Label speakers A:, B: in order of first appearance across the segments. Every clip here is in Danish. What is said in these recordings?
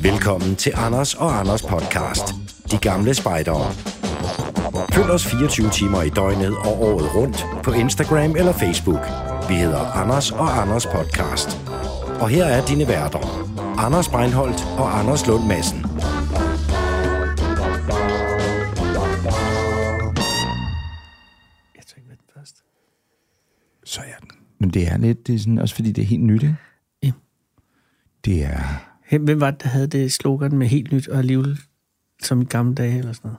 A: Velkommen til Anders og Anders podcast. De gamle spejdere. Følg os 24 timer i døgnet og året rundt på Instagram eller Facebook. Vi hedder Anders og Anders podcast. Og her er dine værter. Anders Breinholt og Anders Lund Madsen.
B: Jeg tager ikke med den først.
C: Så er den.
D: Men det er lidt, det er sådan, også fordi det er helt nyt, ikke?
B: Ja.
D: Det er...
B: Hvem var det, der havde det slogan med helt nyt og alligevel som i gamle dage eller sådan noget?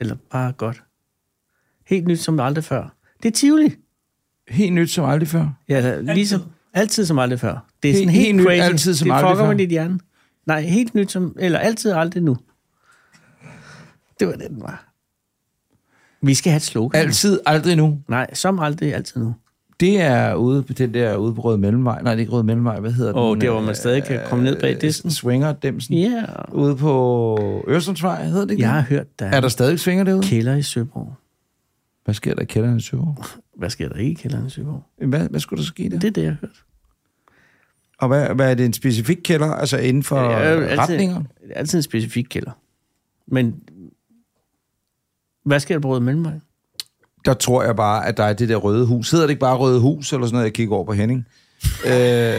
B: Eller bare godt. Helt nyt som aldrig før. Det er Tivoli.
D: Helt nyt som aldrig før.
B: Ja, der, ligesom, altid som aldrig før. Det er
D: Helt-
B: sådan helt,
D: helt nyt,
B: crazy.
D: altid som
B: det
D: aldrig
B: fucker
D: før.
B: med dit hjerne. Nej, helt nyt som... Eller altid og aldrig nu. Det var det, den var. Vi skal have et slogan.
D: Altid, aldrig nu.
B: Nej, som aldrig, altid nu.
D: Det er ude på den der, ude på Røde Mellemvej. Nej, det er ikke Røde Mellemvej, hvad hedder
B: Åh,
D: den?
B: der, hvor man stadig kan komme ned bag disken.
D: Swinger Demsen.
B: Ja. Yeah.
D: Ude på Øresundsvej, hedder det ikke
B: Jeg har
D: det?
B: hørt, der
D: Er
B: er
D: der stadig svinger derude?
B: kælder i Søborg.
D: Hvad sker der i kælderen i Søborg?
B: Hvad sker der ikke i kælderen i Søborg?
D: Hvad, hvad skulle der ske der?
B: Det er det, jeg har hørt.
D: Og hvad, hvad er det en specifik kælder, altså inden for
B: Ja,
D: ja,
B: ja, altid.
D: retninger?
B: Det er altid en specifik kælder. Men hvad sker der på Røde Mellemvej?
D: Der tror jeg bare, at der er det der røde hus. Hedder det ikke bare røde hus, eller sådan noget, jeg kigger over på Henning? øh,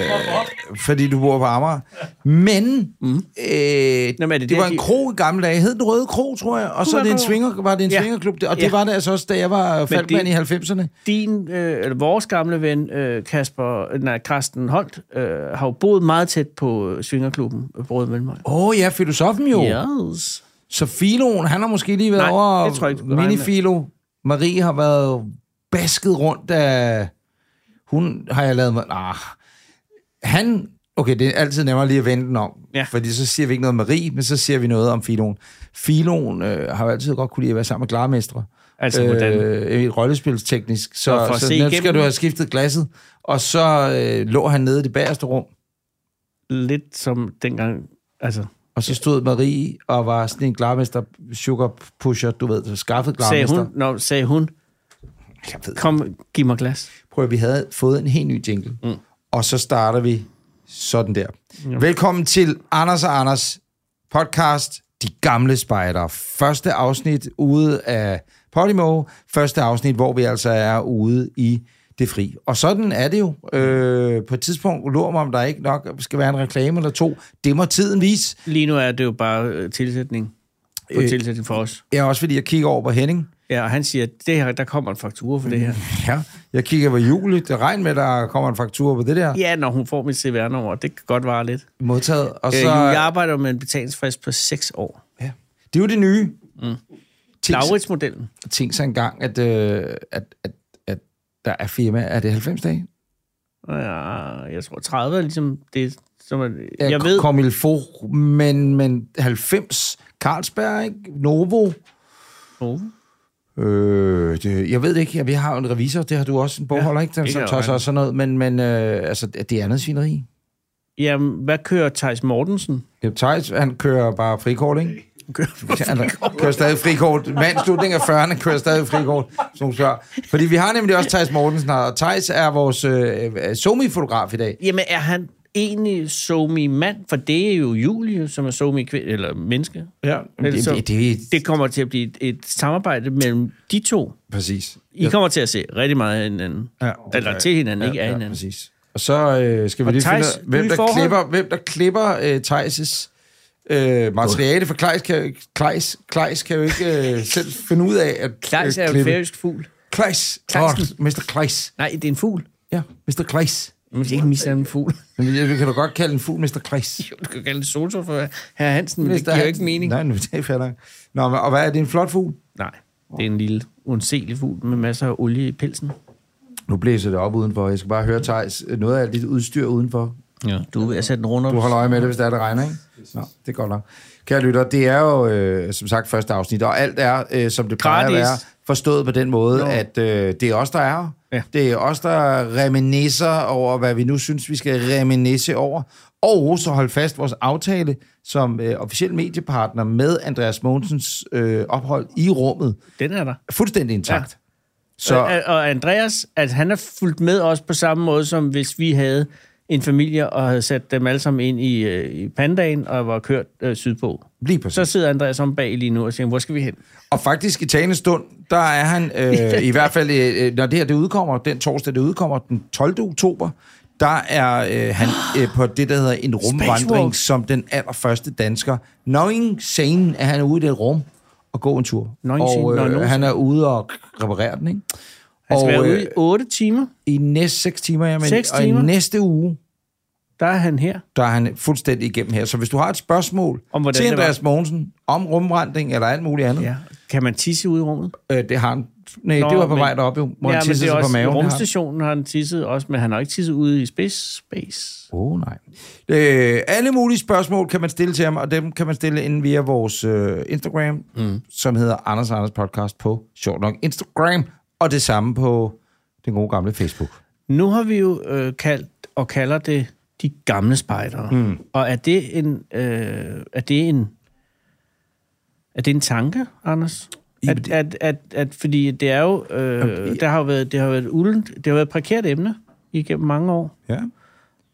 D: fordi du bor på Amager. Men mm. øh,
B: Nå, men er det
D: det,
B: der,
D: det var en
B: de-
D: kro i gamle dage. Hed den Røde Kro, tror jeg. Og så
B: var
D: er det en
B: kro.
D: swinger, var det en
B: Ja.
D: ja. swingerklub. der- Og det
B: Ja.
D: var det altså også, da jeg var falkmand i 90'erne.
B: Din, øh, eller vores gamle ven, øh, Kasper, nej, Karsten Holt, øh, har jo boet meget tæt på øh, Svingerklubben øh, på Røde Mellemvej.
D: Åh oh, ja, filosofen jo. Ja.
B: Yes.
D: Så Filoen, han har måske lige været
B: Nej,
D: over...
B: det tror jeg ikke, du kan regne med.
D: Mini-Filo. Marie har været basket rundt af... Hun har jeg lavet... Ah, han... Okay, det er altid nemmere lige at vende den om.
B: Ja.
D: Fordi så siger vi ikke noget om Marie, men så siger vi noget om Filoen. Filoen øh, har jo altid godt kunne lide at være sammen med klarmestre.
B: Altså, hvordan?
D: Øh, et rollespilsteknisk. Så,
B: Nå, for at
D: så
B: se
D: nu
B: igennem.
D: skal du have skiftet glasset. Og så øh, lå han nede i det bagerste rum.
B: Lidt som dengang, altså,
D: Og så stod Marie og var sådan en glarmester, sugar pusher, du ved, skaffet
B: sagde
D: glarmester.
B: hun, når, sagde hun,
D: Jeg ved.
B: kom, giv mig glas.
D: Prøv at vi havde fået en helt ny jingle. Mm. Og så starter vi sådan der. Velkommen til Anders og Anders podcast De Gamle Spejdere. Første afsnit ude af Podimo. Første afsnit, hvor vi altså er ude i det fri. Og sådan er det jo. Øh, på et tidspunkt lurer mig, om der ikke nok skal være en reklame eller to. Det må tiden vise.
B: Lige nu er det jo bare øh, tilsætning på øh.
D: Øh.
B: tilsætning for os.
D: Ja, også fordi jeg kigger over på Henning.
B: Ja, og han siger, at det her, der kommer en faktura for det her.
D: Ja, jeg kigger på Julie. Det regner med, der kommer en faktur på det der.
B: Ja, når hun får mit CVR-nummer, det kan godt vare lidt.
D: Modtaget. Og
B: Så...
D: så,
B: Øh, jo, jeg arbejder jo med en betalingsfrist på 6 år.
D: ja. Det er jo det nye. Mm. Tænk,
B: Laurits-modellen.
D: tænk så engang, at, øh, at, at, at der er firma. Er det 90 dage?
B: Ja, jeg tror 30 er ligesom det, som er,
D: Ja,
B: jeg ved,
D: Comilfo, men, men 90. Carlsberg, ikke? Novo.
B: oh,
D: Øh, det, jeg ved det ikke. Ja, vi har jo en revisor. Det har du også. En bogholder, ja, ikke? Den,
B: det kan
D: som
B: jeg
D: tager
B: regne.
D: sig også sådan noget. Men, men øh, altså, det er andet svineri.
B: jamen, hvad kører Thijs Mortensen?
D: Jeppe Theis, han kører bare frikort, ikke? Han kører stadig frikort. Mand, slutningen af 40'erne kører stadig frikort. Som hun spørger. Fordi vi har nemlig også Thijs Mortensen her, og Thijs er vores øh, somi-fotograf i dag.
B: Jamen, er han egentlig somi mand? For det er jo Julie, som er somi kvinde, eller menneske.
D: Ja, det,
B: Ellers så-
D: det, det,
B: Det kommer til at blive et, et samarbejde mellem de to.
D: præcis.
B: I kommer til at se rigtig meget af hinanden.
D: Ja,
B: Eller til hinanden, ikke af hinanden.
D: præcis. Og så øh, skal vi
B: Og
D: lige finde
B: Theis,
D: ud af, hvem
B: nye
D: der,
B: forhold?
D: klipper, hvem der klipper øh, Theis' øh, materiale, for Klejs kan, jo ikke- Klejs, Klejs kan jo ikke øh, selv finde ud af at
B: Klejs er jo en færøsk fugl.
D: Klejs,
B: Klejsen.
D: Åh, Mr. Klejs.
B: Nej, det er en fugl.
D: Ja, Mr. Klejs.
B: Man skal ikke misse en fugl.
D: Men vi- Vi kan da godt kalde en fugl Mr. Klejs.
B: Du kan kalde det Soto for herr Hansen, men det giver jo ikke mening.
D: Nej, nu det fatter jeg. Nå, men- og hvad er det, en flot fugl?
B: Nej, det er en lille, uanselig fugl med masser af olie i pelsen.
D: Nu blæser det op udenfor. Jeg skal bare høre, Thijs, noget af alt dit udstyr udenfor.
B: Ja. Du er ved at sætte den rundt om.
D: Du holder øje med det, hvis der er, det regner, ikke? Nå, det er godt nok. Kære lytter, det er jo, øh, som sagt, første afsnit, og alt er, øh, som det plejer at
B: Gratis.
D: være, forstået på den måde,
B: Nå.
D: at øh, det er os, der er her.
B: Ja.
D: Det er os, der reminiscer over, hvad vi nu synes, vi skal reminisse over. Og så holde fast vores aftale som øh, officiel mediepartner med Andreas Mogensens øh, ophold i rummet.
B: Den er der.
D: Fuldstændig intakt. Ja. Så,
B: Øh, altså, Og, og Andreas, at han har fulgt med os på samme måde, som hvis vi havde en familie og havde sat dem alle sammen ind i, øh, i pandaen og var kørt øh, sydpå.
D: Lige præcis.
B: Så sidder Andreas om bag lige nu og siger, hvor skal vi hen?
D: Og faktisk i talende stund, der er han, øh, i hvert fald øh, når det her det udkommer, den torsdag det udkommer, den 12. oktober, der er øh, han øh, på det, der hedder en rumvandring,
B: Spacewalk.
D: som den allerførste dansker. Nøgen scenen er han ude i det rum og gå en tur.
B: Nøgen
D: og
B: scenen, nøgen
D: øh,
B: nogen
D: han er ude og reparere den, ikke?
B: Han skal
D: og øh,
B: være ude i 8 timer.
D: i næste seks timer, jamen,
B: Seks
D: og
B: timer?
D: i næste uge,
B: Der er han her.
D: der er han fuldstændig igennem her. Så hvis du har et spørgsmål
B: Om hvordan
D: til
B: det var.
D: Andreas Mogensen om rumvandring eller alt muligt andet,
B: Ja. Kan man tisse ude i rummet?
D: øh, det har han... Nej,
B: Nå,
D: det var på
B: men-
D: vej derop jo, hvor ja, han
B: men det
D: tissede
B: er
D: sig på
B: også,
D: maven.
B: i
D: det har han.
B: rumstationen har han tisset også, men han har ikke tisset ude i space. space.
D: Åh, oh, nej. Øh, alle mulige spørgsmål kan man stille til ham, og dem kan man stille inden via vores øh, Instagram, mm. som hedder Anders og Anders Podcast på sjovt nok Instagram, og det samme på den gode gamle Facebook.
B: Nu har vi jo øh, kaldt og kalder det de gamle spejdere. Mm. Og er det en... Øh, er det en er det en tanke, Anders? At, at, at, at, fordi det er jo, øh, der har jo været, det har jo været et uldent, det har været et prekært emne igennem mange år.
D: Ja. mm,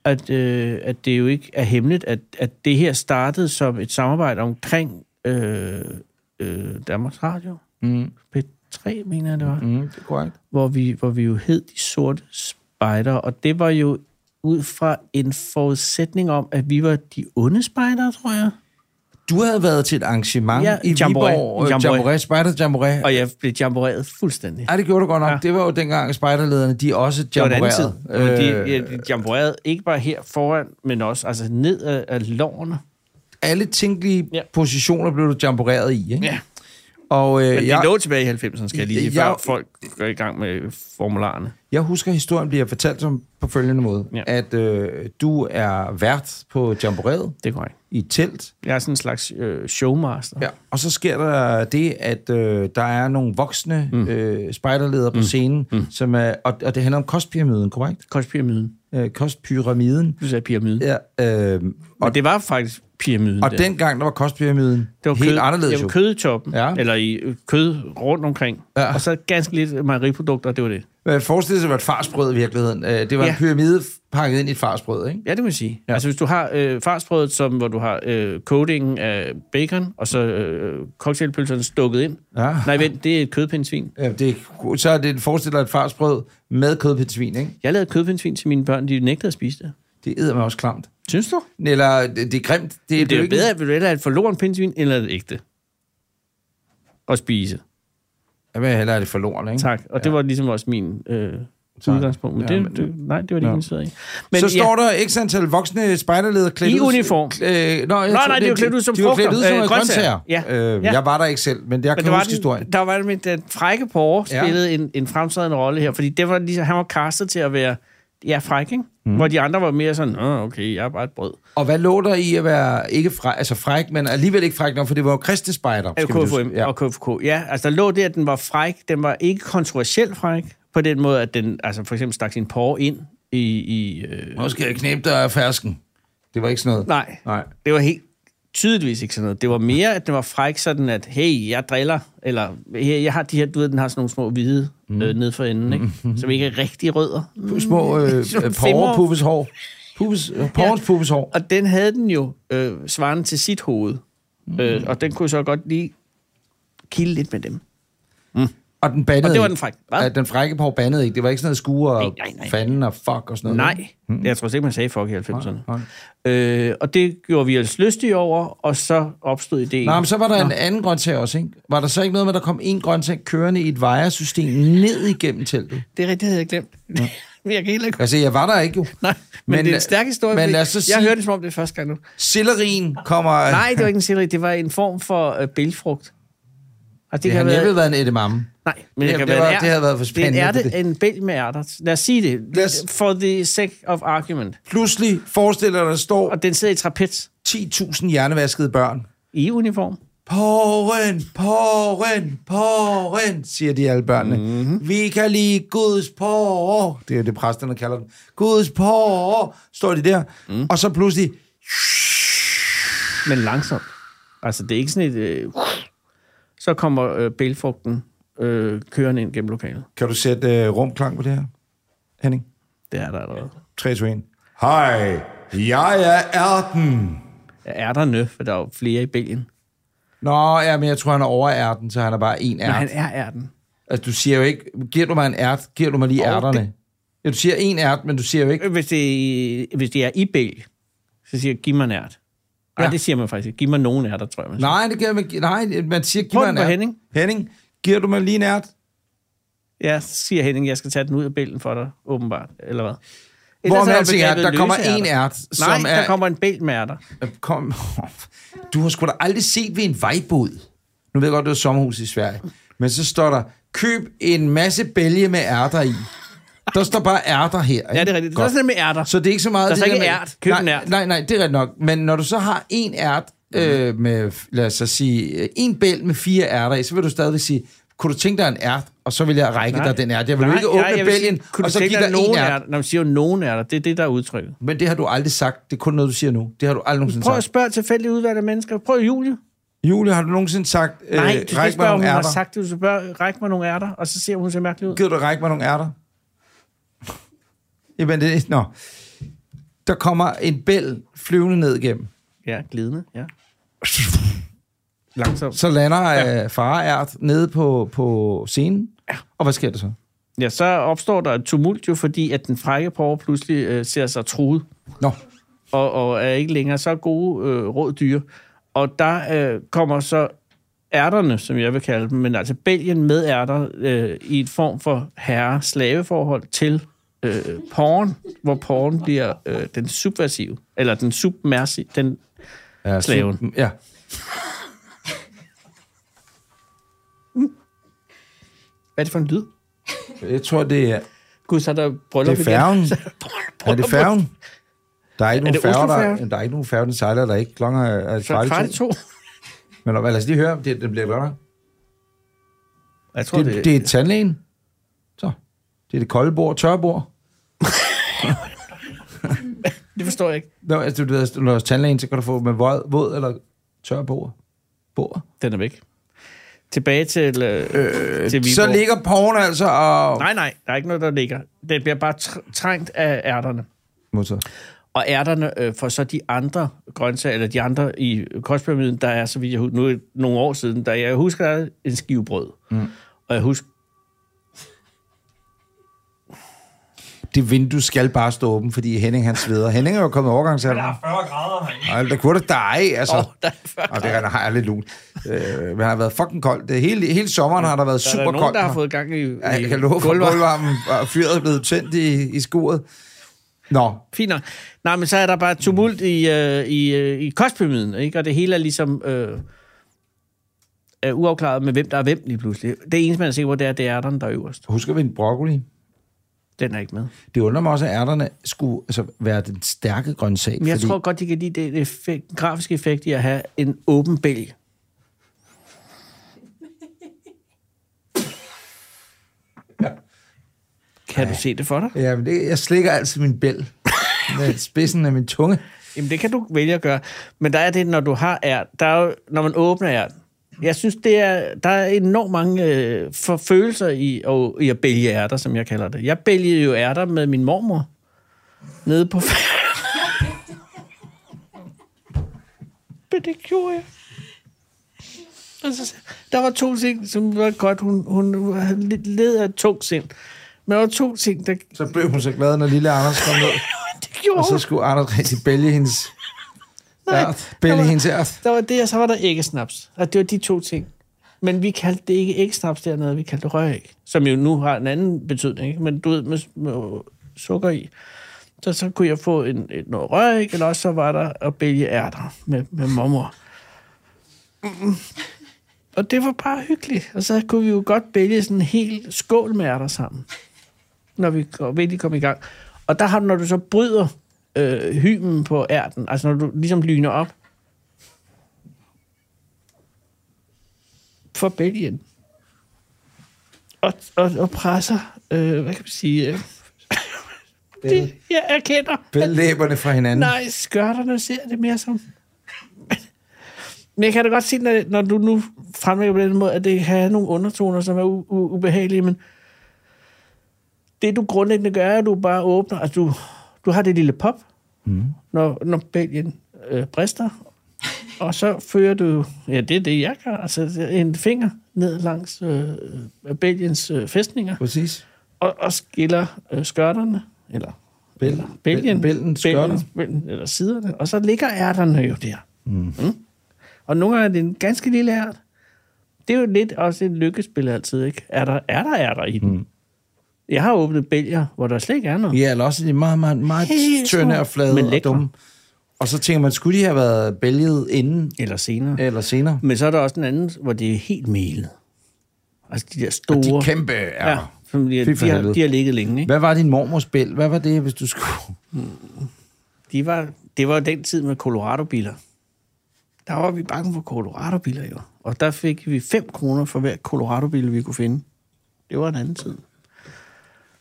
B: at, øh, at det jo ikke er hemmeligt, at, at det her startede som et samarbejde omkring øh, øh, Danmarks Radio.
D: Mm.
B: P3, mener jeg, det var. Mm.
D: Mm, det er korrekt.
B: Hvor, vi, hvor vi jo hed De Sorte Spejder, og det var jo ud fra en forudsætning om, at vi var de onde spejdere, tror jeg.
D: Du havde været til et arrangement
B: Ja,
D: ja, i
B: Jamboree.
D: Viborg.
B: Jamboree.
D: Jamboree. Jamboree, Spider Jamboree.
B: Og jeg blev jamboreret fuldstændig.
D: Ja, det gjorde du godt nok.
B: Ja.
D: Ja. Det var jo dengang, spejderlederne, de også
B: Det var en
D: jamborerede.
B: anden tid. Øh, de, ja, de jamborerede ikke bare her foran, men også altså ned af, af lårene.
D: alle tænkelige
B: Ja.
D: ja. positioner blev du jamboreret i, ikke?
B: Ja.
D: Og øh,
B: Men
D: jeg,
B: det lå tilbage i 90'erne, skal jeg lige sige, før
D: Jeg-
B: folk går i gang med formularerne.
D: jeg husker, historien bliver fortalt som på følgende måde.
B: Ja.
D: Ja. At øh, du er vært på jamboreret
B: Det går ikke.
D: i et telt,
B: Jeg er sådan en slags øh, showmaster.
D: ja. og så sker der det, at øh, der er nogle voksne mm. øh, spejderledere på mm. scenen, mm. som er, og, og det handler om kostpyramiden, korrekt?
B: Kostpyramiden.
D: Øh, kostpyramiden.
B: Du sagde pyramiden. Ja.
D: Ja, øh,
B: Og det var faktisk pyramiden.
D: og
B: der.
D: dengang, der var kostpyramiden
B: det var
D: helt anderledes
B: det var
D: jo.
B: kød i toppen, ja.
D: Ja.
B: eller i øh, kød rundt omkring. Ja.
D: Ja.
B: Og så ganske lidt mejeriprodukter, det var det.
D: Man forestiller sig, at det var et farsbrød i virkeligheden. Øh, Det var
B: Ja.
D: ja. en pyramide pakket ind i et farsbrød, ikke?
B: Ja, det må jeg sige. Ja. Altså hvis du har øh, farsbrødet, som, hvor du har øh, coatingen af bacon, og så øh, cocktailpølserne stukket ind.
D: Ja.
B: Nej, vent, det er et kødpindsvin.
D: Ja, Øh, det, er- så er det en forestiller et farsbrød med kød på et svin, ikke?
B: Jeg lavede kødpindsvin til mine børn, de nægtede at spise det.
D: Det æder mig også klamt.
B: Synes du?
D: Eller det, det er grimt. Det,
B: Det er jo
D: ikke-
B: bedre, at vil du hellere have et forloren pindsvin, eller et ægte? At spise.
D: Jeg vil hellere have det forlorene, ikke?
B: Tak, og ja. det var ligesom også min øh, udgangspunkt. Men, ja,
D: Ja,
B: det,
D: men-
B: det, nej, det var det
D: Nå.
B: ja. interesseret i.
D: Men,
B: Men
D: så står ja. der x antal voksne spejderledere klædt
B: I
D: ud...
B: uniform.
D: Øh, nå, jeg tror,
B: nej, de var klædt ud som
D: De var klædt
B: frugter.
D: ud som
B: Øh,
D: øh, grøntsager.
B: grøntsager. Ja.
D: Øh,
B: Ja.
D: Jeg var der ikke selv, men jeg
B: men
D: kan
B: der var,
D: huske
B: den,
D: historien.
B: der var den, den frække porre
D: Ja.
B: spillede en, en fremtrædende rolle her, fordi det var ligesom, han var castet til at være ja, fræk, ikke? Mm.
D: Mhm.
B: hvor de andre var mere sådan, Nå, okay, jeg er bare et brød.
D: Og hvad lå der i at være ikke fræk, altså fræk, men alligevel ikke fræk nok, for det var jo kristne spejder.
B: Skal
D: skal vi
B: KFM
D: huske.
B: ja. og KFK. Ja, altså der lå det, at den var fræk. Den var ikke kontroversiel fræk, på den måde, at den altså for eksempel stak sin porre ind i... i øh,
D: Nu skal jeg knæppe dig af fersken. Det var ikke sådan noget.
B: nej,
D: Nej.
B: det var helt tydeligvis ikke sådan noget. Det var mere, at den var fræk sådan, at hey, jeg driller, eller hey, jeg har de her, du ved, den har sådan nogle små hvide mm. øh, ned for enden, ikke? som ikke er rigtig rødder.
D: Mm-hmm.
B: Mm.
D: Små øh,
B: Sådan
D: porre
B: fingre.
D: pubes hår. Pubes, porrens pubes hår.
B: Og den havde den jo øh, svaren til sit hoved, mm. øh, og den kunne så godt lige kilde lidt med dem.
D: Og den bandede
B: Og det var
D: ikke.
B: den frække. Hvad?
D: Ja, den frække på bandede ikke. Det var ikke sådan noget skue og
B: Nej, nej, nej.
D: fanden og fuck og sådan noget.
B: Nej, mm. jeg tror slet ikke, man sagde fuck i 90'erne.
D: Nej,
B: Øh, og det gjorde vi altså lystige over, og så opstod ideen.
D: Nå, men så var der en anden grøntsag også, ikke? Var der så ikke noget med, at der kom en grøntsag kørende i et vejersystem ned igennem teltet?
B: Det er rigtigt, havde jeg glemt. Ja. men jeg kan heller ikke...
D: Altså, jeg var der ikke jo.
B: Nej, men, men
D: Men,
B: det er en
D: øh,
B: stærk historie,
D: men
B: fordi
D: lad os så
B: jeg
D: sige-
B: hørte det som om det er første gang nu.
D: Sellerien kommer...
B: Nej, det var ikke en selleri. Det var en form for øh, bælgfrugt. Altså,
D: det
B: kan
D: har
B: være-
D: næppe været en edamame.
B: Nej, men det,
D: det
B: kan
D: var-
B: være en ært.
D: det havde været for
B: Det
D: spændende,
B: er en, ærte,
D: det-
B: en bælg med ærter. Lad os sige det.
D: Lad os-
B: For the sake of argument.
D: Pludselig forestiller der står
B: Og den sidder i trapez.
D: 10.000 hjernevaskede børn.
B: I uniform.
D: Porren, porren, porren, siger de alle børnene.
B: Mhm.
D: Mm-hmm. Vi kan lige Guds porre. Det er det, præsterne kalder den. Guds porre, står de der.
B: Mhm.
D: Mm. Og så pludselig,
B: men langsomt. Altså, det er ikke sådan et... Øh, så kommer øh, bælfugten øh, kørende ind gennem lokalet.
D: kan du sætte øh, rumklang på det her, Henning?
B: Det er der allerede.
D: 3, 2, 1. Hej, jeg er Erden.
B: Er der nø, for der er jo flere i Belgien.
D: Nå, ja, men jeg tror, han er over Erden, så han er bare en
B: Men
D: Erden.
B: han er ærten.
D: Altså, du siger jo ikke, giver du mig en ært, giver du mig lige
B: Og
D: ærterne. Ja, du siger en ært, men du siger jo ikke,
B: Øh, Hvis det, hvis det er i Belgien, så siger jeg, giv mig en ært. Nej,
D: Ja.
B: ja. det siger man faktisk ikke. Giv mig nogen ærter, tror jeg. Man siger.
D: nej, det giver man, nej, man siger, giv
B: øh. Prøv
D: mig
B: den
D: en
B: på
D: ært.
B: Henning.
D: Henning, giver du mig lige en ært?
B: Ja, så siger Henning, jeg skal tage den ud af bælgen for dig, åbenbart, eller hvad?
D: Hvor
B: Ellers
D: med
B: er
D: alting er,
B: begrebet
D: der kommer
B: løse
D: en
B: ærter.
D: ært, som
B: Nej,
D: er...
B: der kommer en bælg med ærter.
D: Øh, Kom, du har sgu da aldrig set ved en vejbod. Nu ved jeg godt, det er et sommerhus i Sverige. Men så står der, køb en masse bælge med ærter i. Der står bare ærter her. Ikke?
B: Ja, det er rigtigt. Det er
D: Godt.
B: sådan med ærter.
D: Så det er ikke så meget...
B: Der er så
D: det
B: ikke
D: med-
B: ært. Køb
D: nej,
B: en Mhm. ært.
D: Nej, nej, det er rigtigt nok. Men når du så har en ært øh, med, lad os så sige, øh, en bæl med fire ærter i, så vil du stadigvæk sige, kunne du tænke dig en ært? Og så vil jeg række
B: Nej.
D: dig den ært. Jeg vil jo
B: Nej,
D: ikke
B: nej,
D: åbne
B: jeg vil sige,
D: bælgen,
B: kunne
D: og
B: du
D: så
B: tænke
D: give dig en
B: nogen
D: ært.
B: ærter? Når man siger jo nogen ærter, det er det, der er udtrykket.
D: Men det har du aldrig sagt. Det er kun noget, du siger nu. Det har du aldrig nogensinde
B: Prøv at
D: sagt.
B: spørge tilfældigt udvalgte mennesker. Prøv Julie.
D: Julie, har du nogensinde sagt, øh,
B: Nej, du skal ikke
D: ræk mig
B: spørge, om
D: nogle
B: hun har
D: ærter?
B: sagt det. Du skal spørge, ræk mig nogle ærter, og så ser hun så mærkelig ud.
D: Gider du række mig nogle ærter? Jamen, det, nå. Der kommer en bæl flyvende ned igennem.
B: Ja, glidende, ja. Langsomt.
D: Så lander ja. øh, fareært nede på, på scenen. Ja. Og hvad sker der så?
B: Ja, så opstår der et tumult jo, fordi at den frække porre pludselig øh, ser sig truet.
D: Nå,
B: og, og er ikke længere så gode øh, råd dyre. Og der øh, kommer så ærterne, som jeg vil kalde dem, men altså Belgien med ærter øh, i et form for herre-slaveforhold til øh, porren, hvor porren bliver øh, den subversive, eller den submersive, den
D: ja,
B: Slaven.
D: Så, ja.
B: hvad er det for en lyd?
D: Jeg tror, det er...
B: Gud, så er der bryllup
D: Det er færgen.
B: Igen. Så er der bryllup.
D: Er det færgen? Der er ikke nogen
B: det
D: færge, der,
B: Oslofærgen?
D: jamen, der er ikke nogen færge, den sejler der ikke. Klokken er, er
B: Så er
D: kvart
B: det kvart
D: i
B: i
D: to.
B: to.
D: Men lad os lige høre, om det, det bliver godt. nok.
B: Jeg tror,
D: Det,
B: det,
D: det, det er tandlægen. Så. Det er det kolde bord, tørre bord.
B: det forstår jeg ikke.
D: Nå, altså, du ved, når du er hos tandlægen, så kan du få med våd, våd eller tør bord. bord.
B: Den er væk. Tilbage til, øh, øh, til Viborg.
D: Så ligger porn altså og...
B: Nej, nej, der er ikke noget, der ligger. Det bliver bare tr- trængt af ærterne.
D: Modtaget.
B: Og ærterne øh, får så de andre grøntsager, eller de andre i kostpyramiden, der er, så vidt jeg husker, nu er det nogle år siden, der jeg husker, der er en skive brød. Mm. Og jeg husker,
D: Det vindue skal bare stå åbent, fordi Henning han sveder. Henning er jo kommet overgangsalderen.
C: 40 grader herinde.
D: Ej, der kunne det dig, altså.
B: åh,
D: Oh.
B: oh, der er før.
D: Og det render har jeg lidt lun. Øh, men har været fucking koldt. Det hele, hele sommeren har der været
B: Der er
D: super
B: der nogen,
D: koldt.
B: der har fået gang i,
D: ja,
B: i
D: jeg kan love for
B: gulvet.
D: gulvvarmen, og fyret er blevet tændt i, i skuret. Nå,
B: Fint nok. Nej, men så er der bare tumult i, øh, i, øh, i kostpyramiden, ikke? Og det hele er ligesom øh, er uafklaret med, hvem der er hvem lige pludselig. Det eneste, man er sikker på, det er, at det er ærterne, der er øverst.
D: husker vi en broccoli?
B: Den er ikke med.
D: Det undrer mig også, at ærterne skulle altså, være den stærke grøntsag.
B: Men jeg
D: fordi-
B: tror godt, de kan lide det, det effekt, grafiske effekt i at have en åben bælg. Kan du se det for dig?
D: Ja, men det, jeg slikker altid min bæl med spidsen af min tunge.
B: Jamen, det kan du vælge at gøre. Men der er det, når du har ært. Der er jo, når man åbner ært. Jeg synes, det er, der er enormt mange øh, for- følelser i, og, i at bælge ærter, som jeg kalder det. Jeg bælgede jo ærter med min mormor nede på færgen. Men det gjorde jeg. Og så, der var to ting, som var godt. Hun, hun havde lidt led af et tungt sind. Men der var to ting, der...
D: Så blev hun så glad, når lille Anders kom ned.
B: Det gjorde
D: Og så
B: hun.
D: skulle Anders rigtig bælge hendes
B: Nej,
D: ært. Bælge
B: der var-
D: hendes ært.
B: Der var det, og så var der æggesnaps. Og det var de to ting. Men vi kaldte det ikke æggesnaps dernede, vi kaldte det røræg. Som jo nu har en anden betydning, ikke? men du ved, med, med sukker i. Så, så kunne jeg få en, et, noget røræg, eller også så var der at bælge ærter med, med mormor. Mm. Og det var bare hyggeligt. Og så kunne vi jo godt bælge sådan en hel skål med ærter sammen, når vi går- virkelig kom i gang. Og der har du, når du så bryder øh, hymen på ærten, altså når du ligesom lyner op, for Belgien. Og, og, og presser, øh, hvad kan man sige, øh, det, jeg erkender,
D: Bælge læberne fra hinanden.
B: nej, skørterne ser det mere som. Men jeg kan da godt se, når, når du nu fremlægger på den måde, at det kan have nogle undertoner, som er u- u- ubehagelige, men det du grundlæggende gør, er, at du bare åbner, at du, Du har det lille pop, mm. når, når bælgen øh, brister, og så fører du, ja, det er det, jeg gør, altså en finger ned langs øh, bælgens øh, fæstninger,
D: Præcis.
B: og, og skiller øh, skørterne, eller
D: Bæl-
B: eller bælgen,
D: bæl- bælgen, skørter.
B: bælgen, eller siderne, og så ligger ærterne jo der. Mm. Mm. Og nogle gange er det en ganske lille ært. Det er jo lidt også et lykkespil altid, ikke? Er der er der, er der i den? Mm. Jeg har åbnet bælger, hvor der slet ikke er noget.
D: Ja, eller også de er meget, meget, meget
B: Helt små,
D: tynde og flade
B: men
D: og
B: lækre.
D: dumme. Og så tænker man, skulle de have været bælget inden
B: Eller senere.
D: eller senere?
B: Men så er der også en anden, hvor det er helt melet. Altså de der store...
D: De kæmpe er.
B: Ja,
D: Ja.
B: som de,
D: Fy
B: de,
D: for
B: har,
D: helvede.
B: de har ligget længe, ikke?
D: Hvad var din mormors bæl? Hvad var det, hvis du skulle...
B: De var, det var jo den tid med Colorado-biler. Der var vi bange for Colorado-biler, jo. Og der fik vi 5 kroner for hver Colorado-bil, vi kunne finde. Det var en anden tid.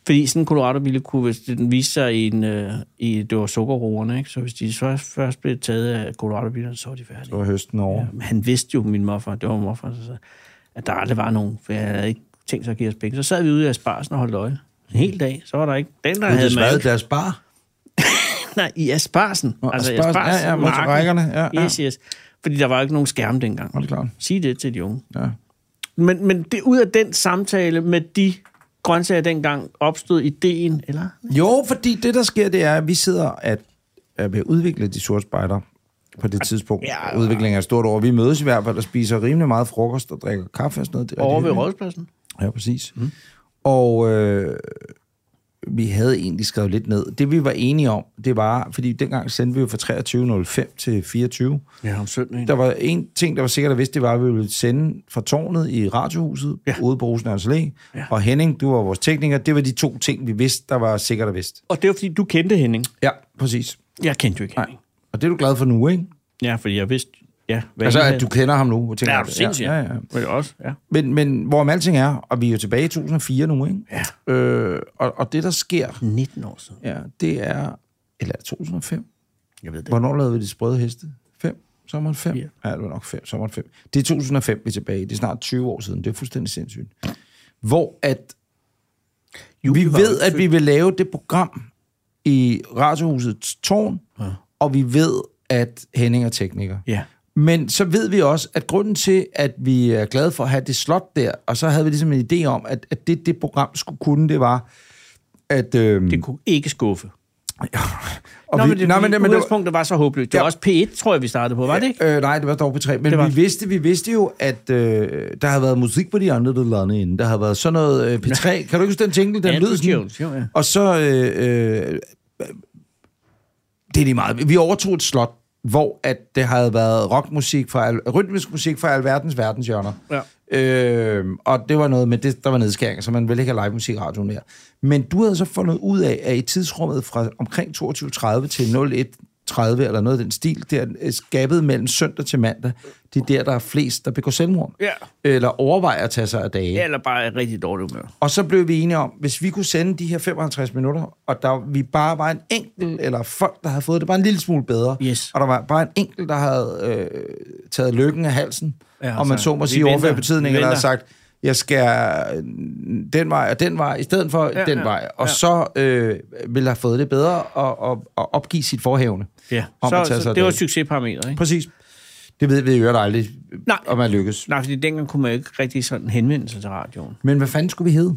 B: Fordi sådan en Colorado-bil kunne, hvis den viste sig i en... Øh, i, det var sukkerroerne, ikke? Så hvis de så først blev taget af Colorado-bilerne, så var de færdige.
D: Det var høsten over.
B: Men Han vidste jo, min morfar, det var morfar, så sagde, at der aldrig var nogen, for jeg havde ikke tænkt sig at give os penge. Så sad vi ude i Asparsen og holdt øje. En hel dag, så var der ikke den, der
D: Ja.
B: havde
D: Det
B: mad.
D: smadrede deres bar.
B: Nej, i Asparsen. Altså,
D: Nå,
B: i
D: Asparsen, ja, ja,
B: marken.
D: motorrækkerne, ja, ja.
B: Yes, yes. Fordi der var ikke nogen skærm dengang.
D: det er klart.
B: Sig det til de unge.
D: Ja.
B: Men, men det, ud af den samtale med de grøntsager dengang opstod ideen, eller?
D: Jo, fordi det, der sker, det er, at vi sidder at, at ved at udvikle de sorte spejder på det tidspunkt.
B: ja.
D: Ja. Udviklingen er stort over. Vi mødes i hvert fald og spiser rimelig meget frokost og drikker kaffe og sådan noget. Det er
B: Over
D: rigtig
B: ved
D: hyggeligt.
B: Rådspladsen.
D: Ja, præcis. Mm. Og øh, vi havde egentlig skrevet lidt ned. Det, vi var enige om, det var, fordi dengang sendte vi jo fra 23.05 til 24.
B: Ja, om søndagen.
D: Der var en ting, der var sikkert, at vidste, det var, at vi ville sende fra tårnet i radiohuset
B: Ja.
D: ja. ude på Rosenørns Læ.
B: Ja.
D: Ja. Og Henning, du var vores tekniker. Det var de to ting, vi vidste, der var sikkert og vidst.
B: Og det var, fordi du kendte Henning.
D: Ja, præcis.
B: Jeg kendte jo ikke
D: Nej.
B: Henning.
D: Og det er du glad for nu, ikke?
B: Ja, fordi jeg vidste, ja, hvad
D: Altså,
B: han
D: at
B: havde.
D: du kender ham nu. Og tænker,
B: Ja, er du sindssygt?
D: Ja, ja, ja.
B: Men også, ja.
D: Men, men hvorom alting er, og vi er jo tilbage i 2004 nu, ikke? Ja. Øh, og, og det, der sker,
B: 19 år siden.
D: ja, det er... Eller er det 2005?
B: Jeg ved det.
D: Hvornår lavede vi de sprøde heste? 5? Sommeren 5?
B: Fire.
D: Ja, det var nok 5. Sommeren 5. Det er 2005, vi er tilbage i. Det er snart 20 år siden. Det er fuldstændig sindssygt. Hvor at... vi
B: var
D: ved,
B: ikke
D: at vi vil lave det program i Radiohusets Tårn, ja. og vi ved, at Henning er tekniker.
B: Ja.
D: Men så ved vi også, at grunden til, at vi er glade for at have det slot der, og så havde vi ligesom en idé om, at, at det, det program skulle kunne, det var, at... Øhm,
B: Det kunne ikke skuffe.
D: og
B: Nå,
D: vi-
B: men det,
D: nej,
B: nej,
D: det-
B: men, men
D: det var-
B: udgangspunktet var så håbløst. Det var
D: Ja.
B: også P1, tror jeg, vi startede på, var det ikke?
D: Øh, nej, det var dog på tre. Men
B: Det var
D: vi
B: det.
D: vidste, vi vidste jo, at øh, der havde været musik på de andre lande inden. Der havde været sådan noget øh, P3. Kan du ikke huske den jingle, den
B: Ja,
D: lød sådan?
B: Jones, jo, ja.
D: Og så... Øh, øh, det er lige meget. Vi overtog et slot, hvor at det havde været rockmusik, fra al, rytmisk musik fra alverdens verdenshjørner.
B: Ja.
D: Øh, og det var noget med, det, der var nedskæringer, så man ville ikke have live musik i radioen mere. Men du havde så fundet ud af, at i tidsrummet fra omkring 22.30 til 01.30 eller noget af den stil, der øh, skabet mellem søndag til mandag, det er der, der er flest, der begår selvmord.
B: Ja.
D: Eller overvejer at tage sig af dage.
B: ja. Eller bare et rigtig dårligt humør.
D: Og så blev vi enige om, hvis vi kunne sende de her 55 minutter, og der vi bare var en enkelt, eller folk, der havde fået det bare en lille smule bedre,
B: Mm. Yes.
D: og der var bare en enkelt, der havde øh, taget lykken af halsen,
B: Ja,
D: ja, og man
B: så
D: så må
B: vi
D: sige
B: venter,
D: overført betydning,
B: vi
D: eller havde
B: venter.
D: sagt, jeg skal øh, den vej og den vej, i stedet for
B: Ja,
D: ja, den
B: ja,
D: ja, vej. Og
B: ja.
D: ja. så øh, ville have fået det bedre og, og, og opgive sit forhævne.
B: Ja.
D: Om at tage
B: Så,
D: sig
B: så
D: af
B: det var
D: dagen.
B: succesparametret, ikke?
D: Præcis. Det ved vi jo aldrig,
B: Nej.
D: om man lykkes.
B: Nej, fordi dengang kunne man jo ikke rigtig sådan henvende sig til radioen.
D: Men hvad fanden skulle vi hedde?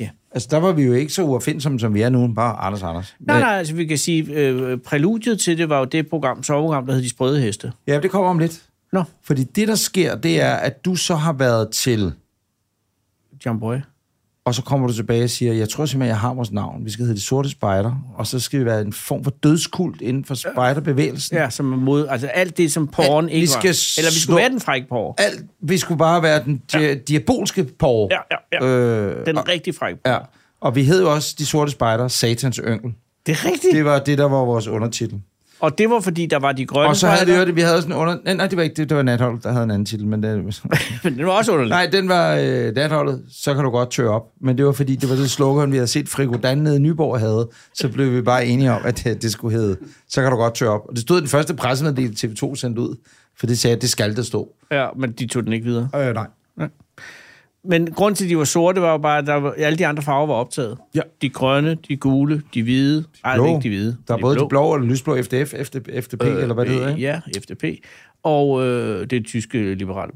B: Ja.
D: Altså, der var vi jo ikke så uopfindsomme, som vi er nu. Bare Anders Anders.
B: Nej, nej, altså vi kan sige, øh, præludiet til det var jo det program, soveprogram, der hed De Sprøde Heste.
D: Ja, det kommer om lidt.
B: Nå,
D: Fordi det, der sker, det er, at du så har været til,
B: John Boy.
D: og så kommer du tilbage og siger, jeg tror simpelthen, jeg har vores navn. Vi skal hedde De Sorte Spejder, og så skal vi være en form for dødskult inden for spejderbevægelsen.
B: Ja, som er mod, altså alt det, som porn
D: Alt,
B: ikke
D: vi
B: var.
D: skal
B: Eller vi skulle
D: slå-
B: være den frække porre.
D: Alt, vi skulle bare være den di- ja. diabolske porre.
B: Ja, ja, ja.
D: Øh,
B: Den
D: og,
B: rigtig frække porre.
D: ja. Og vi hed jo også De Sorte Spejder, Satans Yngel.
B: Det er rigtigt.
D: Det var det, der var vores undertitel.
B: Og det var, fordi der var de grønne
D: Og så havde vi
B: spejder,
D: jo det, vi havde sådan under... Nej, nej, det var ikke det, det var Nathold, der havde en anden titel, men det...
B: Men det var også underligt.
D: Nej, den var øh, natholdet, så kan du godt tørre op. Men det var fordi, det var det slogan, vi havde set Frigodan nede i Nyborg havde. Så blev vi bare enige om, at det, det skulle hedde, så kan du godt tørre op. Og det stod i den første pressemeddelelse, TV2 sendte ud, for det sagde, at det skal der stå.
B: Ja, men de tog den ikke videre.
D: Øh, nej.
B: Men grunden til, at de var sorte, var jo bare, at der var, alle de andre farver var optaget.
C: Ja.
B: De grønne, de gule, de hvide. Ej, det er
D: Blå.
B: ikke de hvide.
D: Der er både de blå og de lysblå FDF, FD, FDP, øh, eller hvad det hedder, ikke?
B: Ja, FDP. Og øh, det tyske liberale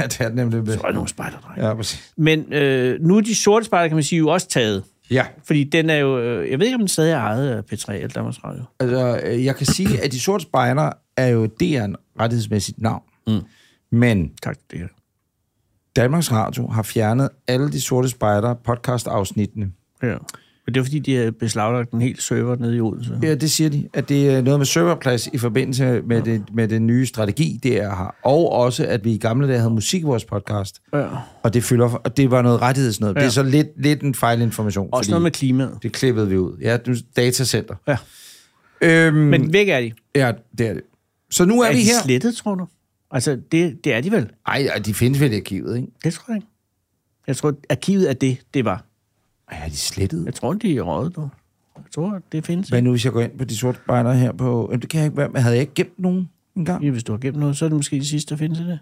D: Ja, det er det nemlig.
B: Så er der nogle spejderdrenge.
D: Ja, præcis.
B: Men øh, nu er de sorte spejder, kan man sige, jo også taget.
D: Ja,
B: Fordi den er jo... øh, Jeg ved ikke, om den stadig er ejet af P3 eller Danmarks Radio.
D: altså, øh, jeg kan sige, at de sorte spejder er jo DR'en rettighedsmæssigt navn. Mm. Men
B: Tak, det er.
D: Danmarks Radio har fjernet alle de sorte spejder podcast-afsnittene.
B: Ja. Men det er fordi, de har beslaglagt en hel server nede i Odense.
D: Ja, det siger de, at det er noget med serverplads i forbindelse med, det, med den nye strategi, det er her. Og også, at vi i gamle dage havde musik i vores podcast.
B: Ja.
D: Og det, fylder, og det var noget rettighedsnød. Ja. Det
B: Ja.
D: er så lidt, lidt en fejlinformation.
B: Også noget med klimaet.
D: Det klippede vi ud. Ja, nu datacenter.
B: Ja.
D: Øhm,
B: Men
D: Men...
B: væk er de.
D: Ja, det er det. Så nu er,
B: Er
D: vi
B: de
D: her.
B: slettet, tror du? Altså, det, det er de vel?
D: Nej, ej, de findes vel i arkivet, ikke?
B: Det tror jeg ikke. Jeg tror, arkivet er det, det var.
D: Ej, er de slettet?
B: Jeg tror, de er røget, du. Jeg tror, at det findes.
D: Hvad nu, hvis jeg går ind på de sorte spejder her på... Jamen, det kan jeg ikke være med. Havde jeg ikke gemt nogen engang?
B: Ja, hvis du har gemt noget, så er det måske det sidste, der findes i det.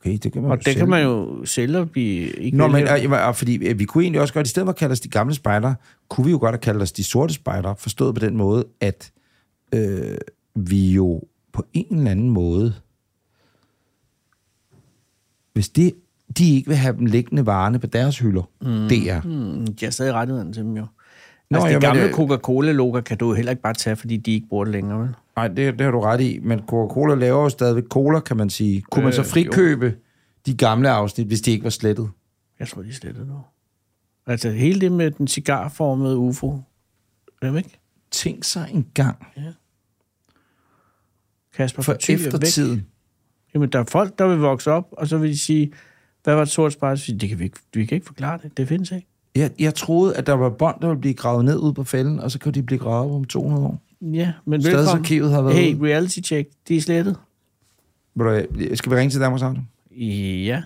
D: Okay, det kan man jo
B: Og det
D: selv.
B: kan man jo sælge og blive... Ikke
D: Nå, men
B: velhævende.
D: og, og, og, fordi øh, vi kunne egentlig også godt, i stedet for at kalde os de gamle spejdere, kunne vi jo godt have kaldt os de sorte spejdere, forstået på den måde, at øh, vi jo på en eller anden måde, hvis det, de ikke vil have dem liggende varerne på deres hylder, mm. det er.
B: Mm, de har stadig rettighederne til dem jo.
D: Nå,
B: Nå, altså,
D: jamen, øh,
B: de gamle
D: det-
B: det... Coca-Cola-logo kan du jo heller ikke bare tage, fordi de ikke bruger det længere, vel?
D: Nej, det, det har du ret i, men Coca-Cola laver jo stadigvæk cola, kan man sige. Kunne øh, man så frikøbe jo. de gamle afsnit, hvis de ikke var slettet?
B: Jeg tror, de er slettet nu. Altså, hele det med den cigarformede UFO, hvem ikke?
D: Tænk sig en gang
B: Kasper
D: for
B: Forty er væk.
D: eftertiden.
B: Jamen, der er folk, der vil vokse op, og så vil de sige, hvad var et sort spejl? Så siger de, Det kan vi, ikke, vi kan ikke forklare det. Det findes ikke.
D: Jeg, jeg troede, at der var bånd, der ville blive gravet ned ud på fælden, og så kunne de blive gravet op om 200 år.
B: Ja, men velkommen.
D: Stadsarkivet har været hey.
B: Hey, reality check. De er slettet.
D: ude. Skal vi ringe til Danmarks Radio?
B: Ja.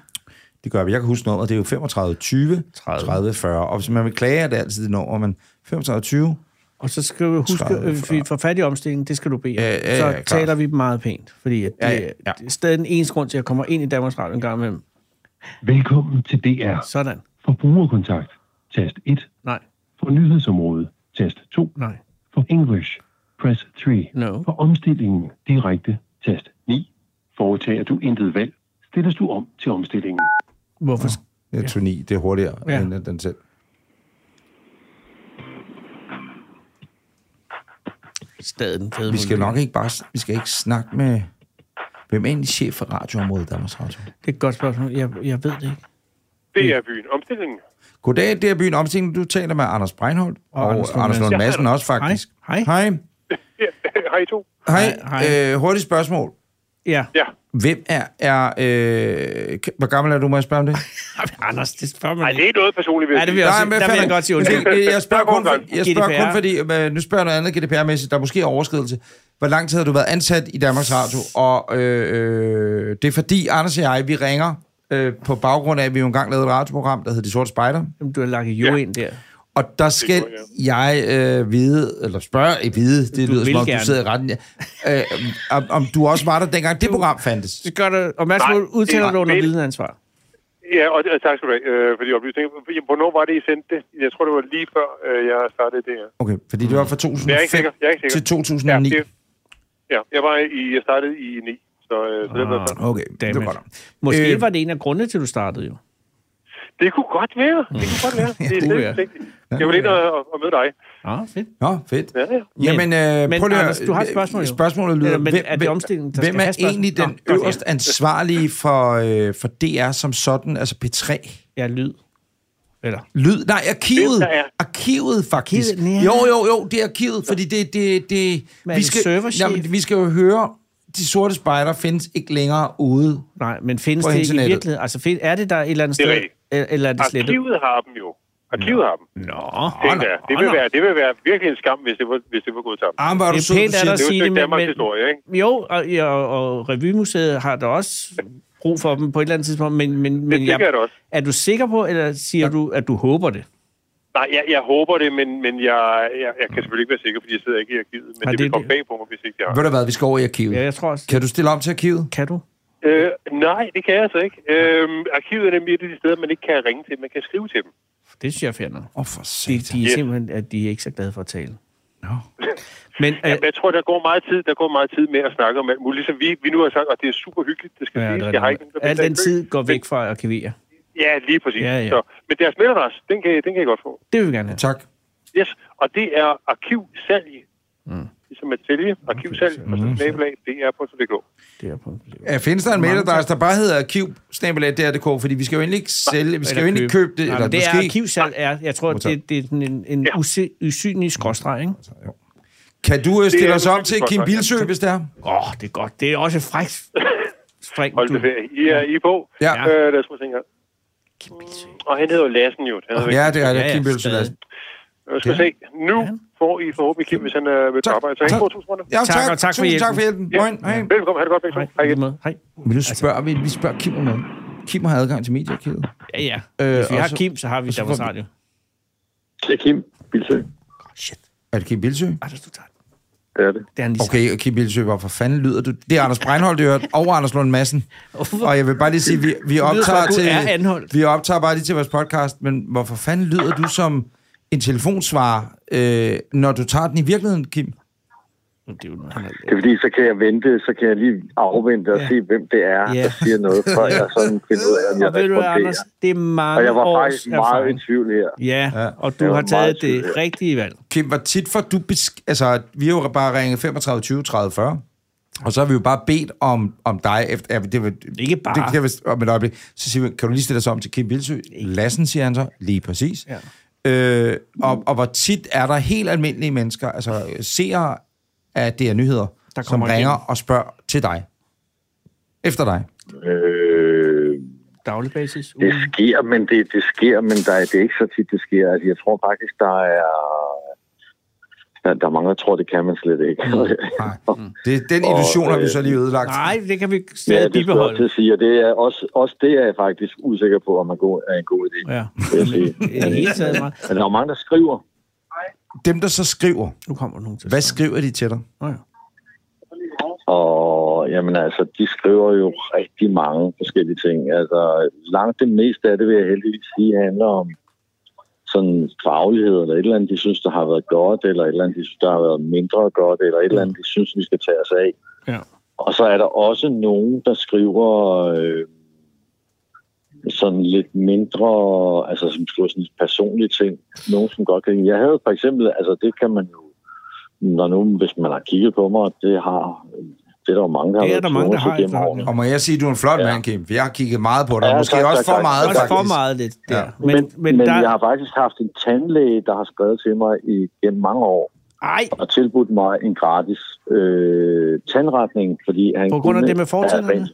D: Det gør vi. Jeg kan huske nummeret. Det er jo 35 20 30, 30 40. Og hvis man vil klage, er det altid det nummer, men 35 20...
B: Og så skal du huske,
D: 30,
B: øh, fordi for fattig omstilling, det skal du bede om.
D: Ja, ja,
B: så
D: ja, klart.
B: taler vi dem meget pænt, fordi at det,
D: Ja,
B: ja,
D: ja,
B: ja,
D: ja.
B: det er stadig den eneste grund til, at jeg kommer ind i Danmarks Radio en gang imellem.
E: Velkommen til DR.
B: Sådan.
E: For brugerkontakt, tast 1.
B: Nej,
E: For nyhedsområdet, tast 2.
B: nej,
E: For English, press 3.
B: no.
E: For omstillingen, direkte, tast 9. Foretager du intet valg, stilles du om til omstillingen.
B: Hvorfor?
D: Ja, turni, det er hurtigere ja.
B: Ja.
D: end den selv.
B: Stadig den fede
D: Vi skal
B: formulering.
D: nok ikke bare... Vi skal ikke snakke med... Hvem er egentlig chef for radioområdet i Danmarks Radio?
B: Det er et godt spørgsmål. Jeg, jeg ved det ikke. Mm.
F: Det er byen. Omstillingen.
D: Goddag, det er byen Omsing. Du taler med Anders Breinholt og, og
B: Anders
D: Anders,
B: Lund
D: Anders Lund Madsen også, faktisk.
B: Hej.
D: Hej.
F: Ja, har I to?
D: Hej.
B: Hej,
D: Hej. Øh, hurtigt spørgsmål.
B: Ja.
F: Ja.
D: Hvem er... er øh, k- hvor gammel er du, må jeg spørge om det?
B: Anders, det spørger man
F: Nej, det er noget personligt, vil
B: Ja,
F: jeg
B: det
F: sige.
B: vil jeg også
D: Nej,
B: sige. Der vil
D: fandme-
B: jeg godt sige undskyld.
D: Undskyld, Jeg spørger kun, for, jeg spørger
B: GDPR.
D: kun fordi... øh, Nu spørger jeg noget andet GDPR-mæssigt. Der er måske overskridelse. Hvor lang tid har du været ansat i Danmarks Radio? Og øh, øh, det er fordi, Anders og jeg, vi ringer øh, på baggrund af, at vi jo engang lavede et radioprogram, der hed De Sorte Spejder.
B: Jamen, Du har lagt jo ja. ind der.
D: Og der skal jeg øh, vide, eller spørge, ikke vide, det
B: Du
D: lyder som
B: vil
D: om, du
B: gerne.
D: sidder i retten, ja. øh, om, om du også var der dengang, det program fandtes.
B: Så gør du opmærksom på,
F: Nej,
B: at udtaler
F: det er-
B: du under
F: det-
B: videnansvar.
F: Ja, og og tak skal du have øh, for de oplysninger. Jamen, Hvornår var det, I sendte det? Jeg tror, det var lige før, øh, jeg startede det her.
D: Okay, fordi det var fra
F: Jeg er ikke
D: 2005
F: sikker. Jeg er ikke sikker.
D: til 2009.
F: Ja, det, ja jeg, var i, jeg startede i 9, så, øh, så det
B: Ah.
F: var sådan.
D: Okay, det var
B: Dammit.
D: godt.
B: Måske
D: Øh,
B: øh, var det en af grundene til, du startede jo.
F: Det kunne godt være. Det kunne godt være. Det er
B: det kunne være.
F: slet ikke vigtigt. Jeg vil ind og, og møde dig.
B: Ja, Ah, fedt.
D: Nå, fedt.
F: Ja, ja.
D: Jamen, øh,
B: men
D: prøv lige at-
B: Anders, du har et spørgsmål jo.
D: Spørgsmålet lyder,
B: Eller, men
D: hvem,
B: er det
D: hvem-
B: omstillingen, der
D: hvem
B: skal
D: er
B: have spørgsmål?
D: egentlig den
B: Nå, godt, ja.
D: øverst ansvarlige for, øh, for DR som sådan, altså P3?
B: Ja, lyd. Eller?
D: Lyd? Nej,
F: Hvem
D: arkivet.
F: der er?
D: Arkivet, faktisk.
B: Arkivet, ja.
D: Jo, jo, jo, det er arkivet, fordi det... det, det
B: Men er det serverchef?
D: jamen, vi skal jo høre, de sorte spejder findes ikke længere ude.
B: Nej, men findes
D: På
B: det ikke i
D: internettet.
B: virkeligheden? Altså, find, er det der et eller andet
F: Det er
B: sted?
F: rigtigt.
B: Eller eller er det slettet?
F: Arkivet har dem jo. Arkivet har dem.
B: Nå,
F: Tænker jeg. Det vil
B: nå.
F: være, det vil være virkelig en skam, hvis det var, hvis det var gået sammen.
D: Ah, hvor er du
B: Det er
D: sød, du
B: pænt af
D: siger
B: dig
D: det.
B: at
F: Det er
B: sige
F: jo et
B: det, men,
F: stykke Danmarks
B: men
F: historie, ikke?
B: jo, og, og, og Revymuseet har da også brug for dem på et eller andet tidspunkt, men, men, men
F: tænker jeg da også.
B: er du sikker på, eller siger du, at du håber det?
F: Nej, jeg, jeg håber det, men, men jeg, jeg, jeg kan selvfølgelig ikke være sikker, fordi jeg sidder ikke i arkivet. Men
B: Nej,
F: det
B: det
F: vil
B: er
F: komme
B: det.
F: bag på mig, hvis ikke jeg har.
D: Ved du hvad, vi skal over i arkivet.
B: Ja, jeg tror også,
D: Kan du stille om til arkivet?
B: kan du?
F: Øh, nej, det kan jeg altså ikke. Øh, arkivet er nemlig et af de steder, man ikke kan ringe til. Man kan skrive til dem.
B: Det synes jeg fjerner.
C: Åh, oh, for
B: De,
C: satan.
B: de er
F: Ja.
B: simpelthen, at de er ikke så glade for at tale. øh,
C: Nå.
B: Men, øh,
F: Ja, jeg tror, der går meget tid, der går meget tid med at snakke om alt muligt. Ligesom vi, vi nu har sagt, og det er super hyggeligt, det skal ja,
B: ja,
F: siges.
B: det
F: Jeg har
B: er,
F: ikke nogen,
B: det.
F: der
B: al
F: betaler
B: den
F: kø.
B: tid går væk fra at arkivere.
F: Ja, lige præcis.
B: Ja,
F: Ja,
B: ja.
F: ja. Så, men deres mailadresse, den kan, den kan I godt få.
B: Det vil vi gerne have.
D: Tak.
F: Yes, og det er arkivsalg. Mm. Ligesom at sælge, arkivsalg,
B: Mm.
F: og så snabelag, dr.dk.
B: Det er på.
D: Ja, findes der en mailadresse, der bare hedder arkiv-dr.dk, fordi vi skal jo endelig ikke sælge, vi skal jo endelig ikke købe det,
B: Nej,
D: eller
B: men det er
D: måske...
B: arkivsalg. Er, jeg tror, det, det er sådan en, en
F: Ja.
B: use, usynlig skråstreg, ikke?
D: Kan du øh,
F: Det
D: stille
F: er
D: os om
F: muligvis
D: til
F: godt,
D: Kim
F: tak.
D: Bilsø, hvis det er?
B: Åh, oh, det er godt. Det er også et frækt spring,
F: Hold det
B: du.
F: ferie. I er, I er på.
D: Ja.
F: Øh, lad os prøve at tænke her. Og han hedder jo Lassen jo. Han hedder
D: Ja, det er det.
B: Ja, ja,
D: Kim Bilsø.
B: stadig.
D: Lassen.
F: Jeg skal se. Nu får I forhåbentlig Kim, hvis han er ved
D: Tak.
F: arbejde. Så
D: Tak.
F: ikke 2.000 kroner.
D: Ja,
B: Tak, og tak for
D: Tusind
B: hjælpen.
D: tak for hjælpen.
F: Ja.
D: Moin. Hej.
F: Velkommen. Ha' det godt. begge to.
B: Hej,
F: Hej igen.
B: med. Hej.
D: Men nu spørger vi, vi spørger Kim om noget. Kim har adgang til mediearkivet.
B: Ja, ja.
D: Øh,
B: Hvis vi
D: og
B: har
D: så-
B: Kim, så har vi
D: så
B: Danmarks
D: får vi-
B: Radio.
E: Det er Kim Bilsø.
B: Shit.
D: Er det Kim Bilsø?
B: Anders, du tager den.
E: Det er det.
B: Det er han lige okay.
D: Okay, og Kim Bilsø, hvorfor fanden lyder du? Det er Anders Breinholt, det hørt, og Anders Lund Madsen.
B: Hvorfor?
D: Og jeg vil bare lige sige, vi, vi optager
B: godt, du
D: til...
B: er anholdt.
D: Vi optager bare lige til vores podcast, men hvorfor fanden lyder du som en telefonsvarer, øh, når du tager den i virkeligheden, Kim?
B: Det er jo noget, han har
E: Det er fordi, så kan jeg vente, så kan jeg lige afvente og
B: Ja.
E: ja. se, hvem det er,
B: Ja.
E: der siger noget, før jeg sådan finder ud af, om jeg
B: Og ved du, hvad, Anders,
E: responderer.
B: det er mange
E: Og jeg var
B: års
E: faktisk meget
B: erfaring.
E: i tvivl her.
B: Ja,
D: Ja.
B: og du
E: Jeg
B: har
E: var
B: taget
E: meget i
B: det
E: tvivl, ja.
B: rigtige valg.
D: Kim, hvor tit får du... Besk- altså, vi har jo bare ringet 35, 20, 30, 40. Og så har vi jo bare bedt om, om dig efter... Ja, det, vil-
B: Ikke bare.
D: Det kan jeg vist om et øjeblik. Så siger vi, kan du lige stille dig om til Kim Bilsø? Lassen, siger han så. Lige præcis. Ja. Øh, og, og hvor tit er der helt almindelige mennesker, altså seere af DR Nyheder,
B: Der
D: som
B: kommer
D: ringer
B: igennem.
D: og spørger til dig. Efter dig.
E: Øh,
B: Daglig basis.
E: det
B: ugen.
E: sker, men det, det sker, men der, er- det er ikke så tit, det sker. Altså, jeg tror faktisk, der er... Der, der er mange, der tror, det kan man slet ikke.
B: Mm.
D: Nej. Det, den illusion
E: Og,
D: har vi
E: øh,
D: så lige ødelagt.
B: Nej, det kan vi
E: Ja,
B: stadig
E: det skal jeg også til
B: bibeholde.
E: at sige, og det er også, også det er jeg faktisk usikker på, om er god, er en god idé. Ja.
B: Ja,
E: Vil jeg sige.
B: det er helt taget meget.
E: Men der er jo mange, der skriver.
D: Dem, der så skriver,
B: Nu kommer der nogen til.
D: hvad skriver de til dig?
B: Nå ja.
E: Og jamen altså, de skriver jo rigtig mange forskellige ting. Altså, langt det meste af det, vil jeg heldigvis sige, handler om sådan faglighed, eller et eller andet, de synes, der har været godt, eller et eller andet, de synes, der har været mindre godt, eller et eller andet, de synes, vi skal tage os af.
B: Ja.
E: Og så er der også nogen, der skriver øh, sådan lidt mindre, altså som skriver sådan lidt personlige ting. Nogen, som godt kan Jeg havde for eksempel, altså det kan man jo, når nu, hvis man har kigget på mig, det har, det er der jo mange, der
B: Det er
E: har
B: der mange, der har
E: gennem
B: efterhånden,
E: årene.
D: Og må jeg sige, at du er en flot ja.
E: Ja.
D: mand, Kim? For jeg har kigget meget på dig. Ja,
E: Ja,
D: Måske
E: tak,
D: også
E: tak,
D: for
E: tak.
D: meget,
B: Også for
D: faktisk.
B: meget lidt der.
D: Ja.
B: Men, men,
E: men, men
B: der...
E: jeg har faktisk haft en tandlæge, der har skrevet til mig i gennem mange år,
B: Ej,
E: og tilbudt mig en gratis øh, tandretning, fordi han
B: På grund af
E: kunne-
B: det med fortænderne?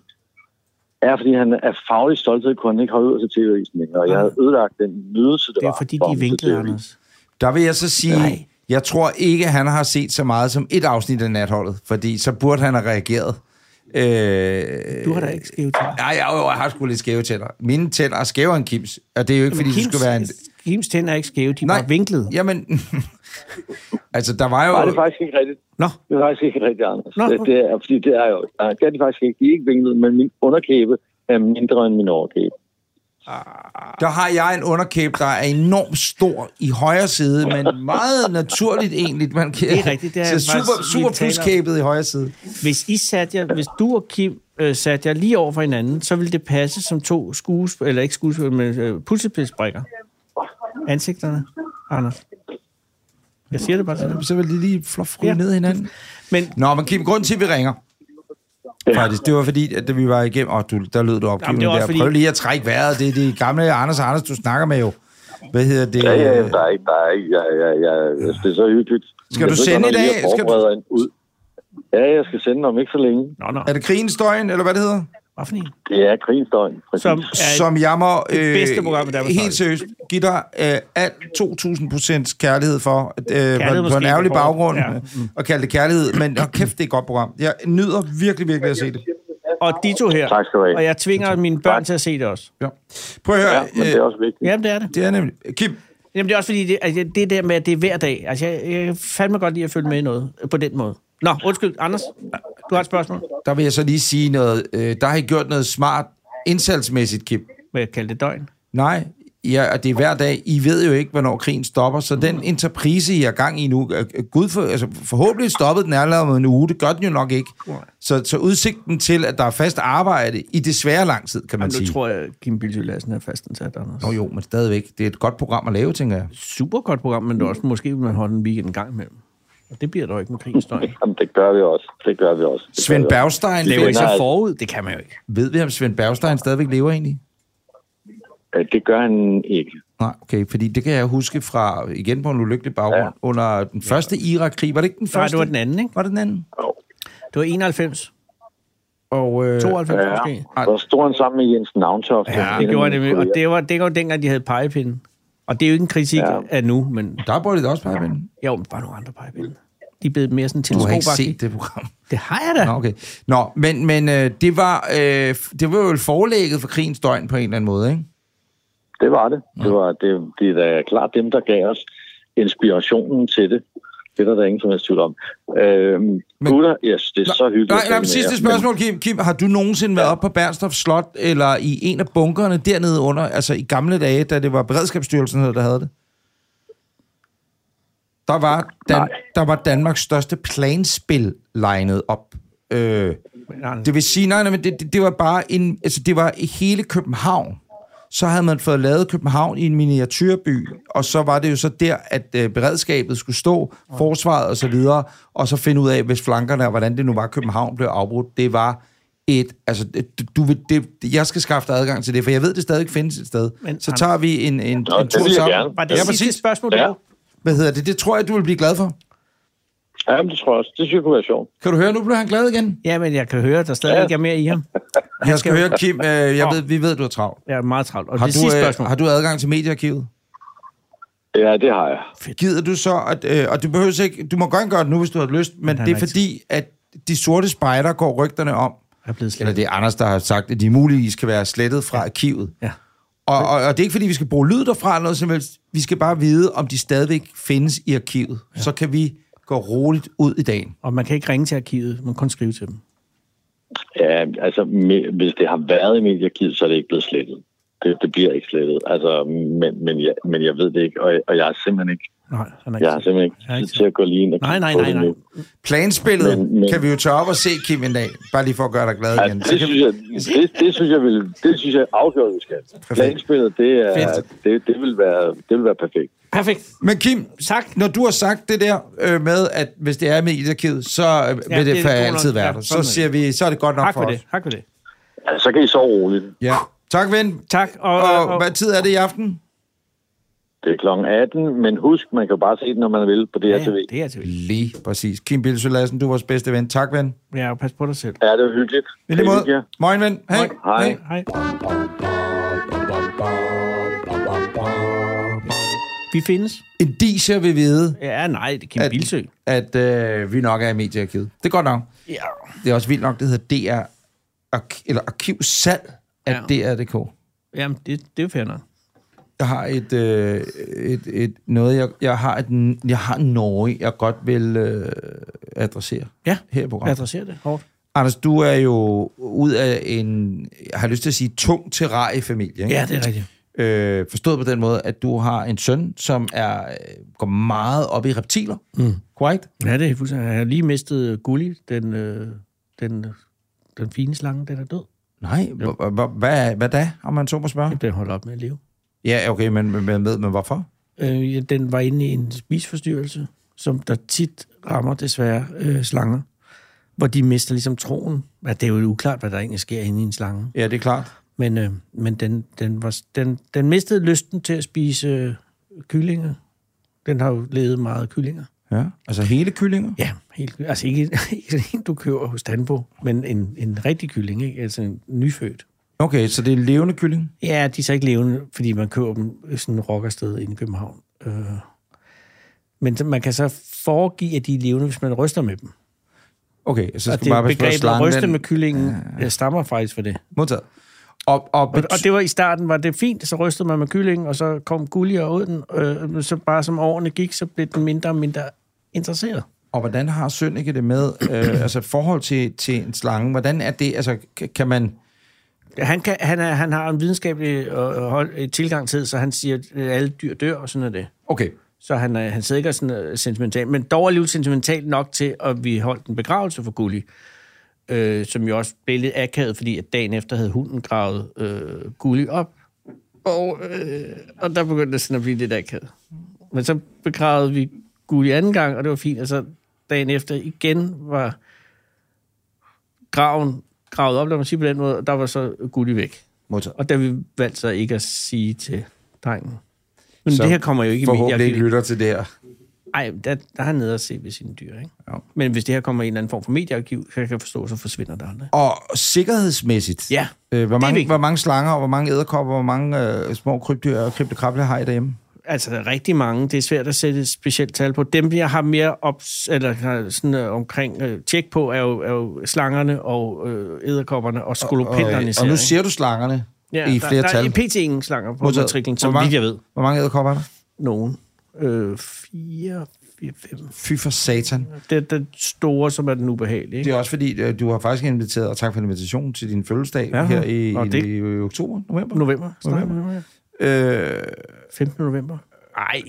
E: Ja, fordi han er faglig stolthed, kunne han ikke holde ud til tv-visen længere. Jeg havde ødelagt den nydelse, der
B: Ah. det
E: var.
B: er fordi,
E: for
B: de
E: ham
B: er
E: til
B: vinklet,
E: TV-avisen.
B: Anders.
D: Der vil jeg så sige, Nej.
B: Nej.
D: jeg tror ikke, han har set så meget som et afsnit af Natholdet, fordi så burde han have reageret. Øh,
B: Du har da ikke skrevet til.
D: Nej, jeg, jeg har sgu lidt skæve tænder. Mine tænder er skævere end Kims, og det er jo ikke, fordi Kims, det skulle være en...
B: Kims tænder er ikke skæve, de er bare vinklet.
D: jamen... altså, der var jo...
E: Nej, det er faktisk ikke rigtigt.
B: Nå,
E: Det er faktisk ikke rigtigt, Anders.
B: Nå.
E: Nå. Det er, fordi det er jo... Nej, det er de faktisk ikke. De er ikke vinklet, men min underkæbe er mindre end min overkæbe.
D: Der har jeg en underkæb, der er enormt stor i højre side, men meget naturligt egentlig. Man kan,
B: Det er rigtigt, det er
D: så
B: jeg
D: super,
B: faktisk
D: super
B: lige taler om.
D: pluskæbet i højre side.
B: hvis I satte jer, hvis du og Kim øh, satte jer lige over for hinanden, så ville det passe som to skuespil, eller ikke skuespil, men øh, puslespilsbrikker. Ansigterne, Anders. Jeg siger det bare til dig.
D: Så vil de lige flot ja.
B: Ja.
D: ned hinanden.
B: Men
D: Nå, men Kim, grunden til, at vi ringer, faktisk, det var fordi, at da vi var igennem... Åh, du, der lød du opgivende
B: det var
D: der.
B: også
D: Fordi...
B: fordi-
D: Prøv lige at trække vejret. Det er de gamle Anders og Anders, du snakker med jo. Hvad hedder det?
E: Ja, ja, Øh, der er ikke... Der er ikke ja, ja, ja, ja. Det er så hyggeligt.
D: Skal du
E: ved
D: sende
E: godt,
D: i
E: når
D: dag?
E: I er
D: Skal du-
E: forberedt en ud. Ja, jeg skal sende om ikke så længe.
B: Nå, nå.
D: Er det krigens døgn, eller hvad det hedder?
B: Hvad for en?
E: Det er krigsdøgn, præcis.
B: Som er
E: Som...
D: Som jeg må... øh,
B: det bedste program, der er på
D: Helt
B: starten.
D: seriøst. Giv dig øh, alt 2.000 procents kærlighed for, øh, kærlighed på, på en
B: måske,
D: ærgerlig
B: det går.
D: baggrund, ja.
B: Ja.
D: mm. og kalde det kærlighed. Men oh, kæft, det er et godt program. Jeg nyder virkelig, virkelig at se det.
B: Og de to her.
E: Tak skal du have.
B: Og jeg tvinger mine børn til at se det også.
D: Ja. øh, Prøv at høre.
E: Ja, men det er også vigtigt.
B: Jamen, det er det.
D: det er nemlig... Kim,
B: Jamen, det er også fordi, det, altså, det der med, at det er hver dag. Altså, jeg, jeg kan fandme godt lide at følge med i noget øh, på den måde. Nå, undskyld, Anders. Du har et spørgsmål.
D: Der vil jeg så lige sige noget. Øh, der har I gjort noget smart indsatsmæssigt, Kip.
B: Hvad jeg kalder det døgn?
D: Nej, ja, og det er hver dag. I ved jo ikke, hvornår krigen stopper, så den interprise, I er gang i nu, øh, øh, Gud for, altså, forhåbentlig stoppede den allerede om en uge. Det gør den jo nok ikke. Så, så udsigten til, at der er fast arbejde i desværre lang tid, kan man
B: Jamen, nu
D: sige.
B: tror jeg, at Kim Bilsø Lassen er fastansat, Anders.
D: Nå jo, men stadigvæk. Det er et godt program at lave, tænker jeg.
B: Super godt program, men det er
D: Mm.
B: også måske, vil man holde en weekend en gang imellem. Og det bliver der jo ikke med krigens døgn.
E: Jamen, det gør vi også. Det gør vi også. Det
D: Svend
E: gør vi også.
D: Bergstein.
B: Laver I
D: Ved,
E: ikke-
B: så
E: Nej.
B: forud? Det kan man jo ikke.
D: ved vi, om Svend Bergstein stadigvæk lever egentlig?
E: Øh, Det gør han ikke.
D: Nej, okay, fordi det kan jeg huske fra, igen på en ulykkelig baggrund, ja. under den første Irak-krig. Var det ikke den
B: Nej,
D: første?
B: det var den anden, ikke?
D: Var det den anden?
E: Jo.
B: Det var 91,
D: Og, øh,
B: 92 ja.
E: Ja.
B: måske.
E: Så stod han sammen med Jens Navntoft.
B: Ja, det gjorde det, og det var, det var dengang, de havde pegepinde. Og det er jo ikke en kritik ja.
E: Ja.
B: af nu, men
D: Der burde det også bare være.
B: jo, men bare nogle andre pegepinde. De er blevet mere sådan til
D: Du har ikke set det program.
B: Det har jeg da.
D: Nå, okay. Nå, men, men øh, det, var, øh, det var jo forlægget for krigens døgn på en eller anden måde, ikke?
E: Det var det. Det, var, det, det er da klart dem, der gav os inspirationen til det. Det er der da ingen som helst tvivl om. Øhm,
D: Men-
E: men, gutter, yes, det er så hyggeligt.
D: Nej,
E: at
D: nej,
E: tale
D: men
E: med
D: sidste
E: jer.
D: spørgsmål, Kim. Kim. Har du nogensinde været oppe på Bernstorff Slot, eller i en af bunkerne dernede under, altså i gamle dage, da det var Beredskabsstyrelsen, der havde det? Der var, Dan- der var Danmarks største planspil legnet op. Øh, det vil sige, nej, nej, men det, det, det var bare en, altså det var i hele København. Så havde man fået lavet København i en miniatyrby, og så var det jo så der, at øh, beredskabet skulle stå, forsvaret og så videre, og så finde ud af, hvis flankerne og hvordan det nu var, København blev afbrudt. Det var et, altså, det- du vil, det, jeg skal skaffe dig adgang til det, for jeg ved, det stadig findes et sted.
B: Men,
D: så
B: Anders-
D: tager vi en, en,
E: Nå,
D: en
E: det
D: tur
E: vil jeg
D: sammen.
E: gerne.
B: Var det
D: Ja,
B: ja, sidste
D: præcis.
B: spørgsmål?
E: Ja.
B: Ja.
D: Hvad hedder det? Det tror jeg, du vil blive glad for.
E: Ja, men det tror jeg også. Det synes jeg kunne være sjovt.
D: Kan du høre, nu bliver han glad igen?
B: ja, men jeg kan høre, der stadig ikke er mere i ham.
D: Jeg skal høre, Kim, øh, jeg ved, vi ved, du er travlt.
B: Jeg er meget travlt. Og
D: Har
B: det sidste
D: du, øh,
B: spørgsmål.
D: har du adgang til mediearkivet?
E: Ja, det har jeg.
D: Gider du så, at, øh, og du behøver ikke, du må godt gøre det nu, hvis du har lyst, men, men
B: han
D: det er
B: har ikke
D: fordi, at de sorte spejder går rygterne om,
B: Jeg er blevet slet.
D: eller det er Anders, der har sagt, at de muligvis kan være slettet fra arkivet.
B: Ja.
D: Og, og, og det er ikke, fordi vi skal bruge lyd derfra eller noget som helst. Vi skal bare vide, om de stadigvæk findes i arkivet. Ja. Så kan vi gå roligt ud i dagen.
B: Og man kan ikke ringe til arkivet, man kan kun skrive til dem.
E: Ja, altså, me- hvis det har været i mediearkivet, så er det ikke blevet slettet. Det, det bliver ikke slettet. Altså, men, men, jeg, men jeg ved det ikke, og, og jeg er simpelthen ikke,
B: Nej, han er ikke
E: jeg har simpelthen
B: Jeg har
E: ikke
B: ikke
E: tid til at gå lige ind og
B: Nej,
E: kigge
B: nej,
E: på
B: nej,
E: det
B: nej.
E: nu.
D: Planspillet men,
E: Men-
D: men...
E: men-
D: kan vi jo tage op og se, Kim, en dag. Bare lige for at gøre dig glad
E: Ja,
D: igen. Så
E: Altså, det,
D: kan
E: synes jeg, det, det synes jeg vil, det synes jeg afgjort, vi skal. Planspillet, det, er, det, det, vil være, det vil være perfekt.
B: Perfekt.
D: Men Kim,
B: Tak.
D: når du har sagt det der øh, med, at hvis det er med Idarkivet, så øh,
B: Ja,
D: ja, vil det,
B: det er
D: det for
B: det gode
D: altid
B: nok.
D: være
B: Ja,
D: der. Så
B: sådan er
D: siger vi, så er det godt nok
B: Tak
D: for
B: for
D: os.
B: det. Tak for det.
E: Ja, Altså, så kan I sove roligt.
D: Ja. Tak, ven.
B: Tak. Og,
D: Og,
B: og, og
D: hvad tid er det i aften?
E: Det er kl. 18, men husk, man kan bare se det, når man vil på
B: ja,
E: DRTV.
B: ja, det er til.
D: Lige præcis. Kim Bilsø Lassen, du er vores bedste ven. Tak, ven.
B: Ja, pas på dig selv.
E: Ja, det er hyggeligt.
D: I lige
E: Hej, Mika.
D: måde. Moin, ven. Hej.
E: Hej.
B: Hej. Vi findes.
D: En disher vil vide,
B: Ja, nej, det er Kim
D: at,
B: Bilsø.
D: at øh, vi nok er i mediearkivet. Det er godt nok.
B: Ja.
D: Det er også vildt nok, det hedder DR, ark- eller arkivsalg af ja. DR.dk.
B: Jamen, det, det er fair nok.
D: Jeg har et, øh, et, et noget, jeg, jeg har et, jeg har en Norge, jeg godt vil øh, adressere
B: Ja,
D: her i programmet.
B: adresserer det hårdt.
D: Anders, du er jo ud af en, jeg har lyst til at sige, tung terrarie-familie. ikke?
B: Ja, det er rigtigt.
D: Øh, forstået på den måde, at du har en søn, som er, øh, går meget op i reptiler. Mm. Korrekt?
B: Ja, det er fuldstændig. Jeg har lige mistet øh, Gulli, den, øh, den, øh, den fine slange, den er død.
D: Nej, h- h- hvad, hvad da, om man så må spørge?
B: Den holder op med at leve.
D: Ja, okay, men, men, men, ved man hvorfor?
B: Øh, ja, den var inde i en spisforstyrrelse, som der tit rammer desværre øh, slanger, hvor de mister ligesom troen. Ja, det er jo uklart, hvad der egentlig sker inde i en slange.
D: Ja, det er klart.
B: Men, øh, men den, den, var, den, den mistede lysten til at spise øh, kyllinger. Den har jo levet meget af kyllinger.
D: Ja, altså hele kyllinger?
B: Ja, helt, altså ikke, ikke sådan en, du køber hos Danbo, men en, en rigtig kylling, ikke? altså en nyfødt.
D: Okay, så det er levende kylling?
B: Ja, de er så ikke levende, fordi man køber dem sådan en rockersted inde i København. Øh. Men så- man kan så foregive, at de er levende, hvis man ryster med dem.
D: Okay, så skal
B: Og
D: man
B: det
D: bare passe på at
B: begrebet at
D: slangen,
B: ryste
D: den-
B: med kyllingen ja. stammer faktisk for det.
D: Modtaget. Og, og,
B: Og, og det var i starten, var det fint, så rystede man med kyllingen, og så kom gulje og åd den. Øh, men så bare som årene gik, så blev den mindre og mindre interesseret.
D: Og hvordan har Sønneke det med, øh, altså forhold til, til en slange? Hvordan er det, altså kan- kan man...
B: Han, kan, han, er, han har en videnskabelig øh, hold, øh, tilgang til det, så han siger, at alle dyr dør, og sådan er det.
D: Okay,
B: Så han, øh, han sidder ikke og sådan øh, sentimental, men dog alligevel sentimental nok til, at vi holdt en begravelse for Gulli, øh, som jo også blev lidt akavet, fordi at dagen efter havde hunden gravet øh, Gulli op, og, øh, og der begyndte det sådan at blive lidt akavet. Men så begravede vi Gulli anden gang, og det var fint, og så dagen efter igen var graven gravet op, lad mig sige på den måde, og der var så Gulli væk.
D: modtaget.
B: Og der vi valgte så ikke at sige til drengen. Men
D: Så
B: det her kommer jo ikke i
D: Forhåbentlig ikke
B: mediearkivet.
D: lytter til det her.
B: Ej, der, der er han nede og se ved sine dyr, ikke?
D: Jo.
B: Men hvis det her kommer i en eller anden form for mediearkiv, så jeg kan forstå, så forsvinder det aldrig.
D: Og sikkerhedsmæssigt,
B: Ja,
D: øh, hvor,
B: er
D: mange,
B: vigtigt.
D: hvor mange slanger, og hvor mange æderkopper, hvor mange øh, små krybdyr og krybdekrabler har I derhjemme?
B: Altså, der er rigtig mange. Det er svært at sætte et specielt tal på. Dem, jeg har mere ops, eller har sådan, øh, omkring øh, tjek på, er jo, er jo slangerne og øh, æderkopperne og skolopenderne
D: og, og nu siger du slangerne ja, i flere
B: der,
D: tal.
B: Der er pt. ingen slanger på
D: Modtaget.
B: matriklen,
D: Hvor
B: som
D: mange-
B: vidt jeg ved.
D: Hvor mange æderkopper er der?
B: Nogen. Øh, fire, fire, fem.
D: Fy for satan.
B: Det er den store, som er den ubehagelige,
D: Det
B: ikke?
D: er også fordi, øh, du har faktisk inviteret, og tak for invitationen til din fødselsdag ja,
B: Ja,
D: her i,
B: og det-
D: i, i oktober, november.
B: November. Starten af
D: November.
B: november. ja.
D: Øh,
B: 15. november? Nej.